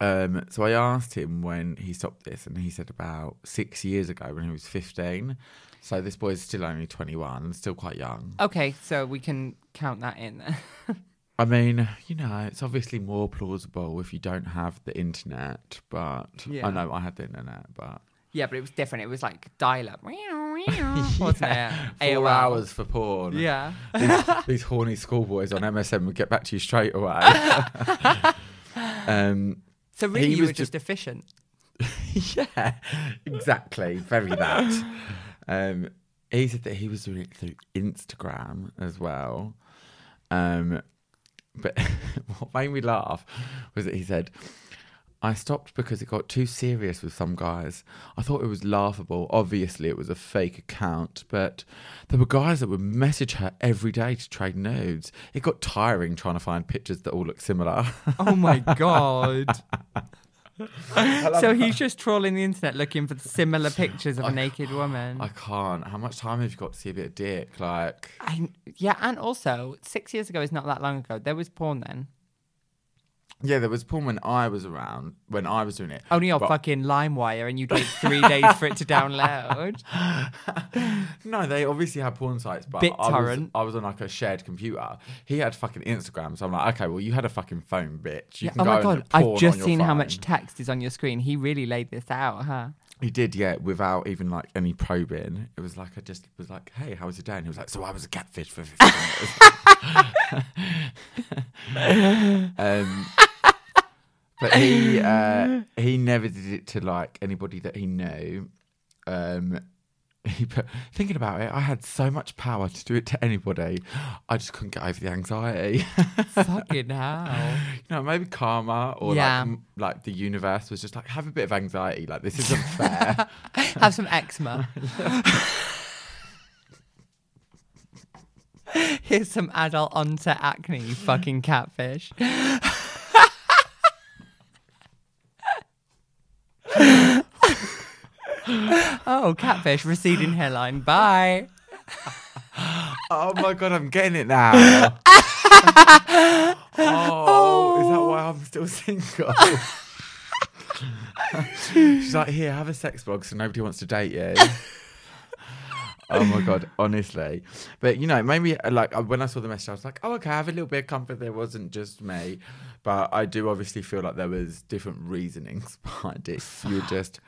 Um, so I asked him when he stopped this, and he said about six years ago when he was 15. So this boy is still only 21, still quite young.
Okay, so we can count that in then.
I mean, you know, it's obviously more plausible if you don't have the internet, but
Yeah.
I know I had the internet, but
yeah, but it was different. It was like dial up. Wasn't it?
four
AOL.
hours for porn.
Yeah.
these, these horny schoolboys on MSN would get back to you straight away. um,
So really,
He
you
was
were just efficient.
yeah, exactly. Very that. Um, he said that he was doing it through Instagram as well. Um, but what made me laugh was that he said, I stopped because it got too serious with some guys. I thought it was laughable. Obviously, it was a fake account, but there were guys that would message her every day to trade nudes. It got tiring trying to find pictures that all look similar.
Oh my god.
love
so he's just trawling the internet looking for similar pictures of a naked woman.
I can't. How much time have you got to see a bit of dick? Like,
I, yeah, and also six years ago is not that long ago. There was porn then.
Yeah, there was porn when I was around, when I was doing it.
Only on
But-
fucking LimeWire, and you take three days for it to download.
No, they obviously had porn sites, but I was,
BitTorrent.
I was on like a shared computer. He had fucking Instagram, so I'm like, okay, well, you had a fucking phone, bitch. You
Yeah,
can
oh
go
my
and
god,
look porn
I've
on
just
your
seen how
phone.
much text is on your screen. He really laid this out, huh?
He did, yeah, without even like any probing. It was like I just was like, "Hey, how was your day?" And he was like, "So I was a catfish for 15 minutes." um, but he uh, he never did it to like anybody that he knew. Um, he put, thinking about it, I had so much power to do it to anybody. I just couldn't get over the anxiety.
Fucking hell.
you know, maybe karma or
Yeah.
like m- like the universe was just like have a bit of anxiety. Like this isn't fair.
Have some eczema. Here's some adult onset acne, you fucking catfish. oh, catfish, receding hairline. Bye.
oh my god, I'm getting it now. oh, is that why I'm still single? She's like, here, have a sex blog so nobody wants to date you. oh my god, honestly. But you know, it made me uh, like uh, when I saw the message, I was like, oh okay, I have a little bit of comfort. There wasn't just me, but I do obviously feel like there was different reasonings behind it. You were just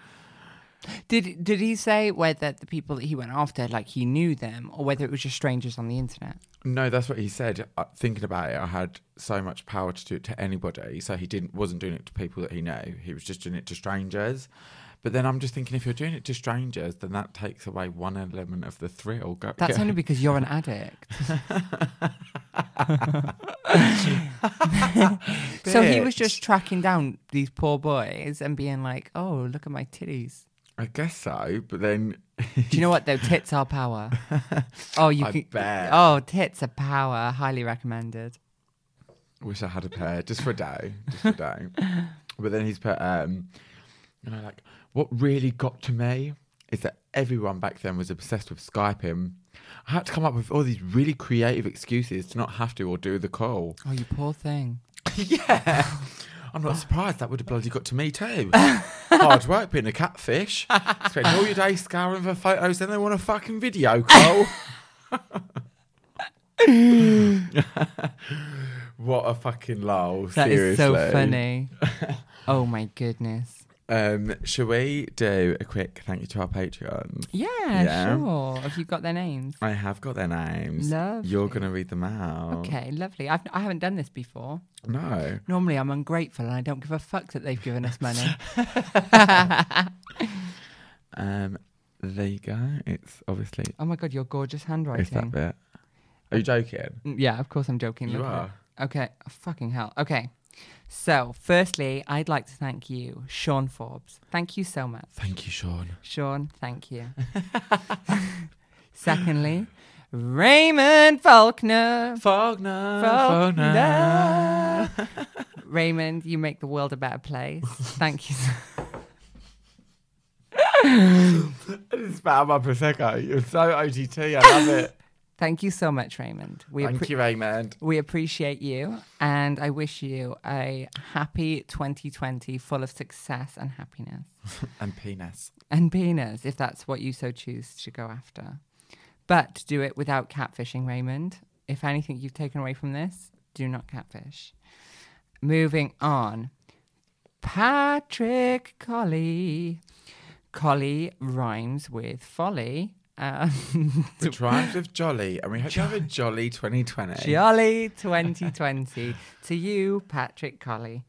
Did did he say whether the people that he went after, like he knew them, or whether it was just strangers on the internet?
No, that's what he said. Uh, thinking about it, I had so much power to do it to anybody. So he didn't wasn't doing it to people that he knew. He was just doing it to strangers. But then I'm just thinking, if you're doing it to strangers, then that takes away one element of the thrill. Go,
That's
go-
only because you're an addict. so he was just tracking down these poor boys and being like, "Oh, look at my titties."
I guess so. But then,
Do you know what though? Tits are power. Oh, you
I
can.
bet.
Oh, tits are power. Highly recommended.
wish I had a pair just for a day, just for a day. but then he's put, um, you know, like what really got to me is that everyone back then was obsessed with Skyping. I had to come up with all these really creative excuses to not have to or do the call.
Oh, you poor thing.
yeah. I'm not surprised that would have bloody got to me too. Hard work being a catfish. Spend all your day scouring for photos, then they want a fucking video call. what a fucking lol.
That is
seriously.
so funny. oh my goodness.
Um, shall we do a quick thank you to our Patreons?
Yeah,
Yeah.
sure. Have you got their names?
I have got their names. You're
Lovely.
gonna read them out.
Okay, lovely. I've, I haven't done this before.
No.
Normally, I'm ungrateful and I don't give a fuck that they've given us money.
Um, there you go. It's obviously
oh my god, your gorgeous
it's that
handwriting.
bit. Are you joking?
Mm, Yeah, of course I'm joking.
You
look at it.
are.
Okay, fucking hell. Okay, so firstly, I'd like to thank you, Sean Forbes. Thank you so much,
Thank you, Sean.
Sean. Thank you. Secondly, Raymond Faulkner.
Faulkner.
Faulkner. Raymond, you make the world a better place. Thank you. so-
I just spat out my prosecco. You're so OTT. I love it.
Thank you so much, Raymond. We
Thank
appre-
you, Raymond.
We appreciate you and I wish you a happy 2020 full of success and happiness
And penis.
and penis, if that's what you so choose to go after. But do it without catfishing, Raymond. If anything you've taken away from this, do not catfish. Moving on. Patrick Collie. Collie rhymes with folly. Um,
Which rhymes with jolly, and we hope you have a jolly 2020.
Jolly 2020 to you, Patrick Colley.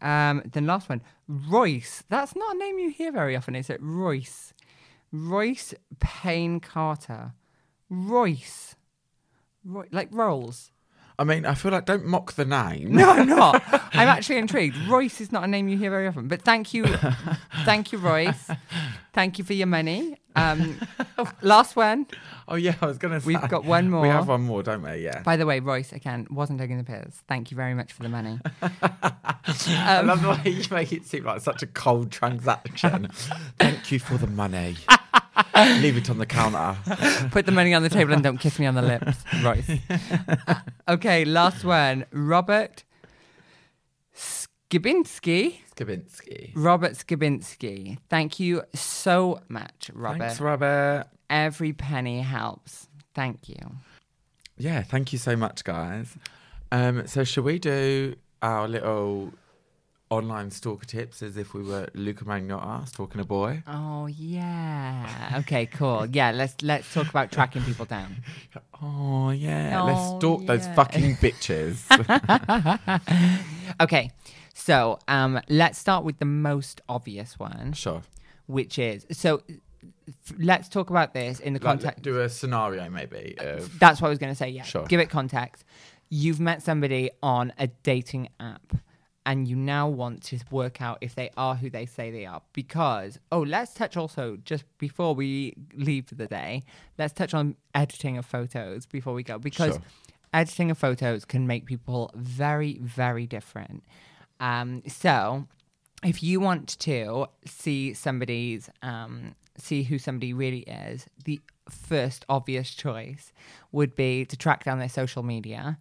Um, then last one, Royce. That's not a name you hear very often, is it? Royce. Royce Payne Carter. Royce. Roy- like rolls.
I mean, I feel like don't mock the name.
No, I'm not. I'm actually intrigued. Royce is not a name you hear very often, but thank you, thank you, Royce. Thank you for your money. Um, last one.
Oh yeah, I was gonna. Say,
We've got one more.
We have one more, don't we? Yeah.
By the way, Royce again wasn't taking the piss. Thank you very much for the money. Um,
I love the way you make it seem like such a cold transaction. Thank you for the money. Leave it on the counter.
Put the money on the table and don't kiss me on the lips, Royce. Uh, okay, last one. Robert Skibinski.
Skibinski.
Robert Skibinski. Thank you so much, Robert.
Thanks, Robert.
Every penny helps. Thank you.
Yeah, thank you so much, guys. Um, so, shall we do our little online stalker tips as if we were Luca Magnotta stalking a boy.
Oh yeah. Okay, cool. Yeah, let's let's talk about tracking people down.
Oh yeah,
Oh,
let's stalk those
yeah.
fucking bitches.
Okay. So, um let's start with the most obvious one,
sure.
which is so f- let's talk about this in the
Like,
context
do a scenario maybe. Of,
That's what I was going to say. Yeah.
Sure.
Give it context. You've met somebody on a dating app and you now want to work out if they are who they say they are because oh let's touch also just before we leave for the day let's touch on editing of photos before we go because
Sure.
editing of photos can make people very very different um, so if you want to see somebody's um, see who somebody really is the first obvious choice would be to track down their social media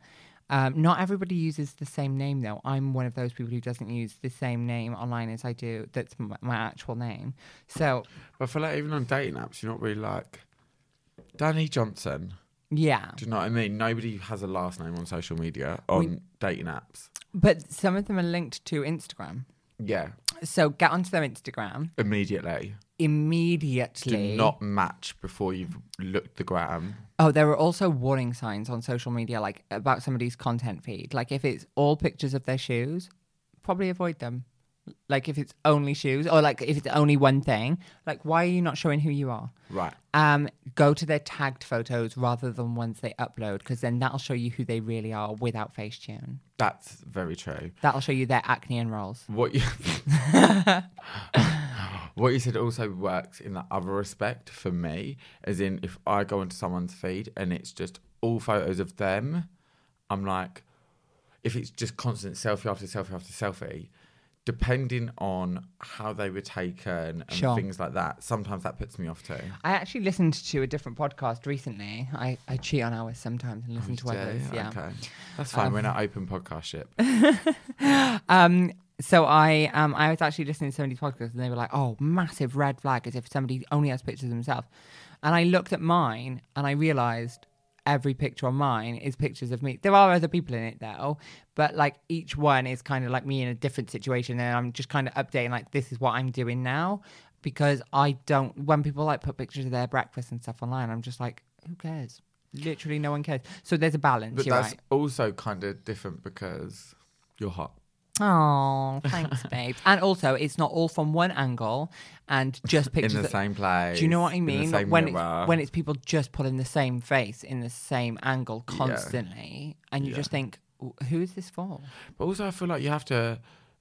um, not everybody uses the same name though i'm one of those people who doesn't use the same name online as i do that's m- my actual name so
but I feel like even on dating apps, you're not really like Danny Johnson.
yeah
Do you know what I mean? Nobody has a last name on social media on dating apps.
but some of them are linked to instagram
Yeah,
so get onto their instagram
immediately. Do
immediately
not match before you've looked the gram.
Oh, there are also warning signs on social media, like about somebody's content feed. Like if it's all pictures of their shoes, probably avoid them. Like if it's only shoes, or like if it's only one thing, like why are you not showing who you are?
Right.
Um, go to their tagged photos rather than ones they upload, because then that'll show you who they really are without Facetune.
That's very true.
That'll show you their acne and rolls.
What you What you said also works in the other respect for me, as in if I go into someone's feed and it's just all photos of them, I'm like if it's just constant selfie after selfie after selfie, depending on how they were taken and
Sure.
things like that, sometimes that puts me off too.
I actually listened to a different podcast recently. I, I cheat on ours sometimes and listen to
Do you?
others. Yeah.
Okay. That's fine. we're not open podcast ship.
Um, so I um I was actually listening to somebody's podcast and they were like, "Oh, massive red flag," as if somebody only has pictures of themselves. And I looked at mine and I realized every picture on mine is pictures of me. There are other people in it though, but like each one is kind of like me in a different situation, and I'm just kind of updating like this is what I'm doing now because I don't. When people like put pictures of their breakfast and stuff online, I'm just like, who cares? Literally, no one cares. So there's a balance.
But
you're
that's
right.
also kind of different because you're hot.
Oh, thanks, babe. and also, it's not all from one angle and just pictures.
in the
that-
same place.
do you know what I
in the
mean?
same
when
mirror.
it's, when it's people just pulling the same face in the same angle constantly, and you
Yeah.
just think, "W- who is this for?
But also, I feel like you have to,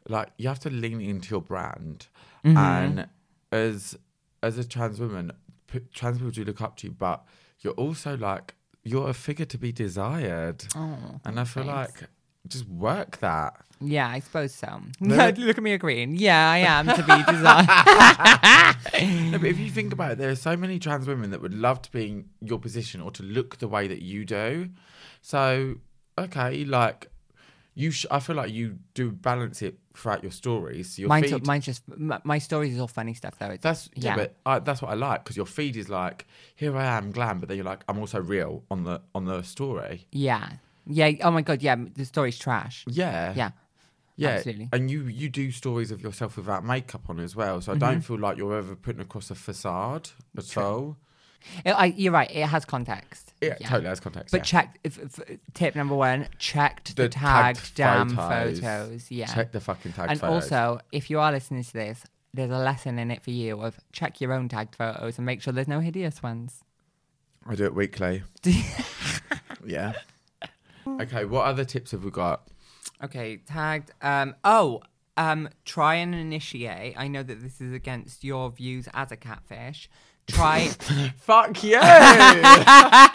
like, you have to lean into your brand,
Mm-hmm.
and as as a trans woman, p- trans people do look up to you, but you're also like you're a figure to be desired,
Oh,
and I feel
thanks.
like just work that.
yeah, I suppose so.
No.
Look at me agreeing. Yeah, I am to be designed.
No, but if you think about it, there are so many trans women that would love to be in your position or to look the way that you do. So, okay, like you, sh- I feel like you do balance it throughout your stories. So your
mine's,
feed
mine's just my, my stories is all funny stuff though. It's,
That's yeah,
Yeah.
but I, that's what I like because your feed is like, here I am, glam, but then you're like, I'm also real on the on the story.
yeah, yeah. Oh my god, yeah. The story's trash.
Yeah,
Yeah,
yeah.
absolutely.
And you you do stories of yourself without makeup on as well, so I
Mm-hmm.
don't feel like you're ever putting across a facade at all.
It- I, you're right. It has context.
It totally has context.
But
yeah.
check. If, if, tip number one: checked the,
The
tagged,
tagged
damn
photos.
photos. Yeah.
check the fucking tag.
and
photos.
also, if you are listening to this, there's a lesson in it for you of check your own tagged photos and make sure there's no hideous ones.
I do it weekly. yeah. Okay, what other tips have we got?
Okay, tagged. Um, oh, um, try and initiate. I know that this is against your views as a catfish. Try,
Fuck yeah!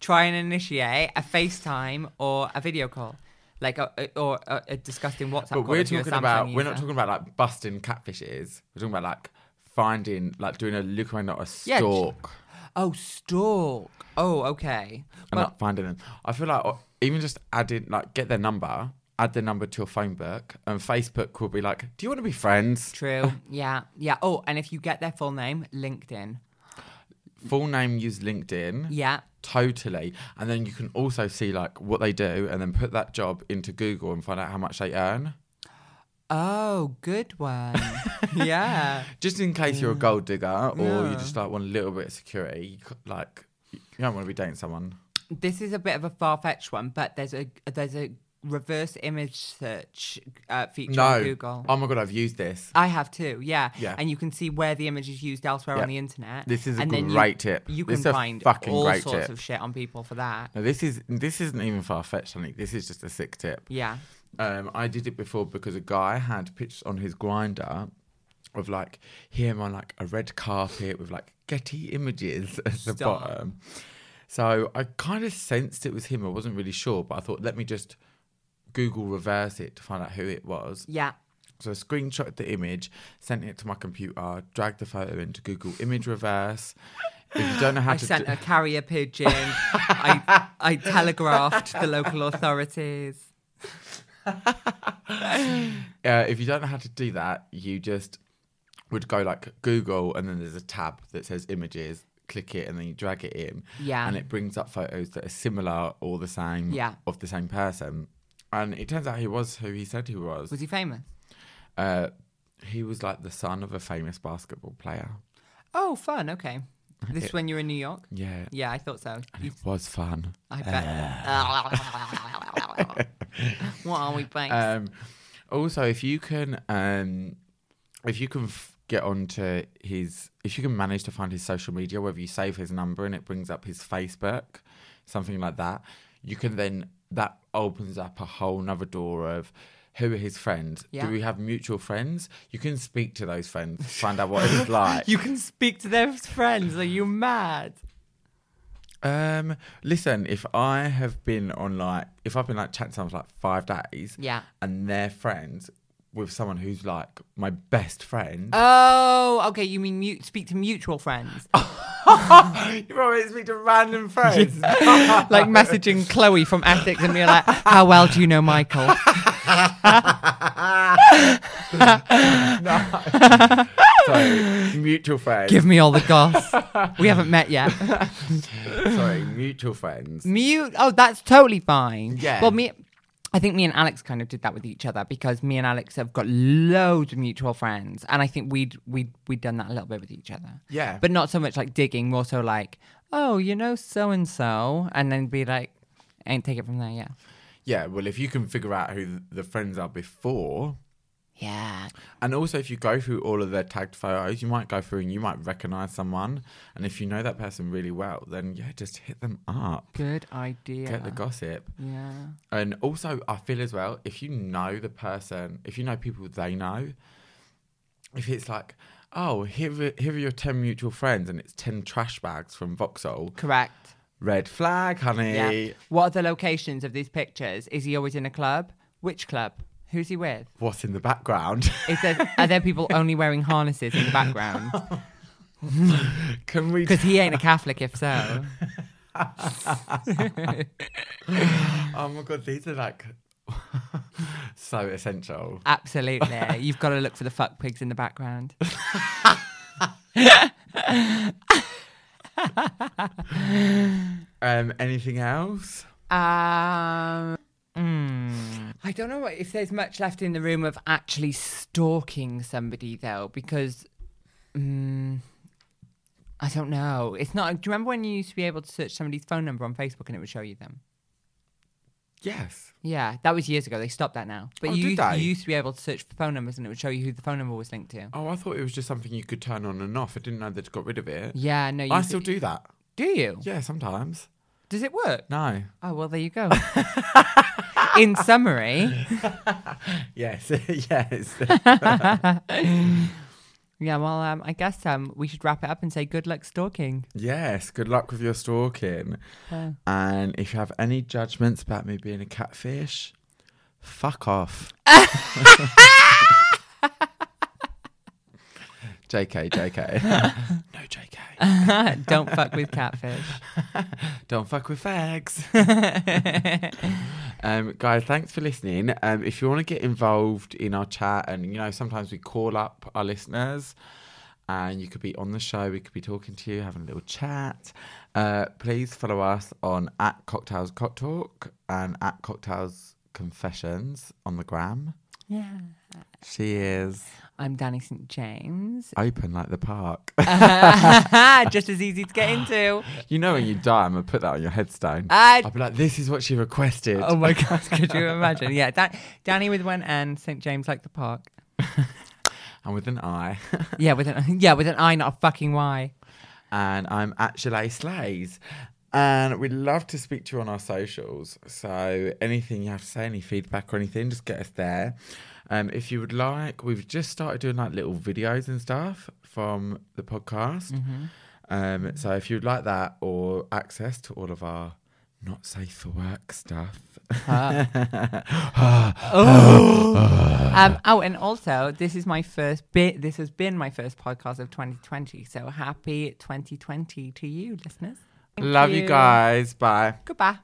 try and initiate a FaceTime or a video call, like a, a- or a, a disgusting WhatsApp call.
But we're
if you're a
talking
Samsung
about we're not
user.
talking about like busting catfishes. We're talking about like finding like doing a look around not a
Yeah, j-
stalk
Oh, stalk. Oh, okay.
and
Well,
like finding them. I feel like uh, even just adding like get their number, add their number to your phone book, and Facebook will be like, "Do you want to be friends?"
true. yeah, yeah. Oh, and if you get their full name, LinkedIn.
Full name, use LinkedIn.
Yeah.
Totally, and then you can also see like what they do, and then put that job into Google and find out how much they earn.
Oh, good one. yeah.
Just in case you're a gold digger or you
Yeah.
just like want a little bit of security, you c- like you don't want to be dating someone.
This is a bit of a far fetched one, but there's a there's a reverse image search uh, feature on
No.
Google.
Oh my god, I've used this.
I have too, yeah.
Yeah.
And you can see where the image is used elsewhere
Yeah.
on the internet.
This is a
and then
great
you,
tip.
You can
This is a
find
fucking
all
great
sorts
tip.
of shit on people for that.
Now, this is this isn't even far fetched. I think this is just a sick tip.
Yeah.
Um, I did it before because a guy had pictures on his grinder of like him on like a red carpet with like Getty images at the
Stop.
bottom. So I kind of sensed it was him. I wasn't really sure, but I thought let me just Google reverse it to find out who it was.
Yeah.
So I screenshot the image, sent it to my computer, dragged the photo into Google Image Reverse. If you don't know how
I
to
sent
do-
a carrier pigeon. I, I telegraphed the local authorities.
uh, if you don't know how to do that, you just would go like Google, and then there's a tab that says images. Click it, and then you drag it in.
Yeah.
and it brings up photos that are similar or the same.
Ah. Yeah.
of the same person. And it turns out he was who he said he was.
Was he famous?
Uh, he was like the son of a famous basketball player.
Oh, fun. Okay. This is when you're in New York?
Yeah,
Yeah, I thought so.
and it was fun.
I bet. what are we banks?
Um, also, if you can, um, if you can f- get onto his, if you can manage to find his social media, whether you save his number and it brings up his Facebook, something like that, you can then that opens up a whole nother door of. Who are his friends?
Yeah.
Do we have mutual friends? You can speak to those friends, find out what it's like.
you can speak to their friends. Are you mad?
um, listen, if I have been on like, if I've been like chatting someone for like five days,
Yeah.
and they're friends with someone who's like my best friend.
Oh, okay. You mean mute, speak to mutual friends,
you always speak to random friends.
like messaging Chloe from Essex and being like, "How well do you know Michael?"
so mutual friends.
Give me all the goss. We haven't met yet.
Sorry, mutual friends.
Mute. Oh, that's totally fine.
Yeah.
Well, me. I think me and Alex kind of did that with each other because me and Alex have got loads of mutual friends, and I think we'd we'd we'd done that a little bit with each other.
Yeah.
But not so much like digging, more so like, oh, you know, so and so, and then be like, and take it from there. Yeah.
yeah, well, if you can figure out who th- the friends are before,
Yeah.
and also if you go through all of their tagged photos, you might go through and you might recognize someone. And if you know that person really well, then yeah, just hit them up.
Good idea.
Get the gossip.
yeah.
And also, I feel as well, if you know the person, if you know people they know, if it's like, oh, here are, here are your 10 mutual friends and it's 10 trash bags from Vauxhall,
Correct.
red flag, honey.
Yeah. What are the locations of these pictures? Is he always in a club? Which club? Who's he with?
What's in the background?
Is there, are there people only wearing harnesses in the background?
Can we.
Because he ain't a Catholic, if so.
Oh my God, these are like so essential.
Absolutely. You've got to look for the fuck pigs in the background.
Um, Anything else?
Um, mm. I don't know what, if there's much left in the room of actually stalking somebody though, because mm, I don't know. It's not. Do you remember when you used to be able to search somebody's phone number on Facebook and it would show you them?
Yes.
Yeah, that was years ago. They stopped that now. But
Oh,
you,
did they?
you used to be able to search for phone numbers and it would show you who the phone number was linked to.
Oh, I thought it was just something you could turn on and off. I didn't know they'd got rid of it.
Yeah, no, you
I
used
still
to-
do that.
Do you?
Yeah, sometimes.
Does it work?
No.
Oh well, there you go. In summary,
Yes. yes.
yeah. Well, um, I guess um, we should wrap it up and say good luck stalking.
Yes, good luck with your stalking.
Yeah.
And if you have any judgments about me being a catfish, fuck off. JK, JK. no, JK.
Don't fuck with catfish.
Don't fuck with fags. um, guys, thanks for listening. Um, if you want to get involved in our chat, and you know, sometimes we call up our listeners, and you could be on the show, we could be talking to you, having a little chat. Uh, please follow us on at Cocktails Cock Talk and at Cocktails Confessions on the gram.
Yeah.
She is
I'm Danny St. James.
open like the park.
Just as easy to get into.
you know when you die, I'm gonna put that on your headstone.
I
I'll be like, this is what she requested.
Uh, Oh my gosh, could you imagine? Yeah, Dan- Danny with one N, St. James like the park.
And with an I.
Yeah, with an yeah, with an I, not a fucking Y.
and I'm at Chalet Slays. And we'd love to speak to you on our socials. So anything you have to say, any feedback or anything, just get us there. Um, if you would like, we've just started doing like little videos and stuff from the podcast.
Mm-hmm. Mm.
Um, so if you'd like that or access to all of our not safe for work stuff,
Um, oh, and also, this is my first bit. This has been my first podcast of 2020. So happy 2020 to you, listeners. Thank
love you guys. Bye.
Goodbye.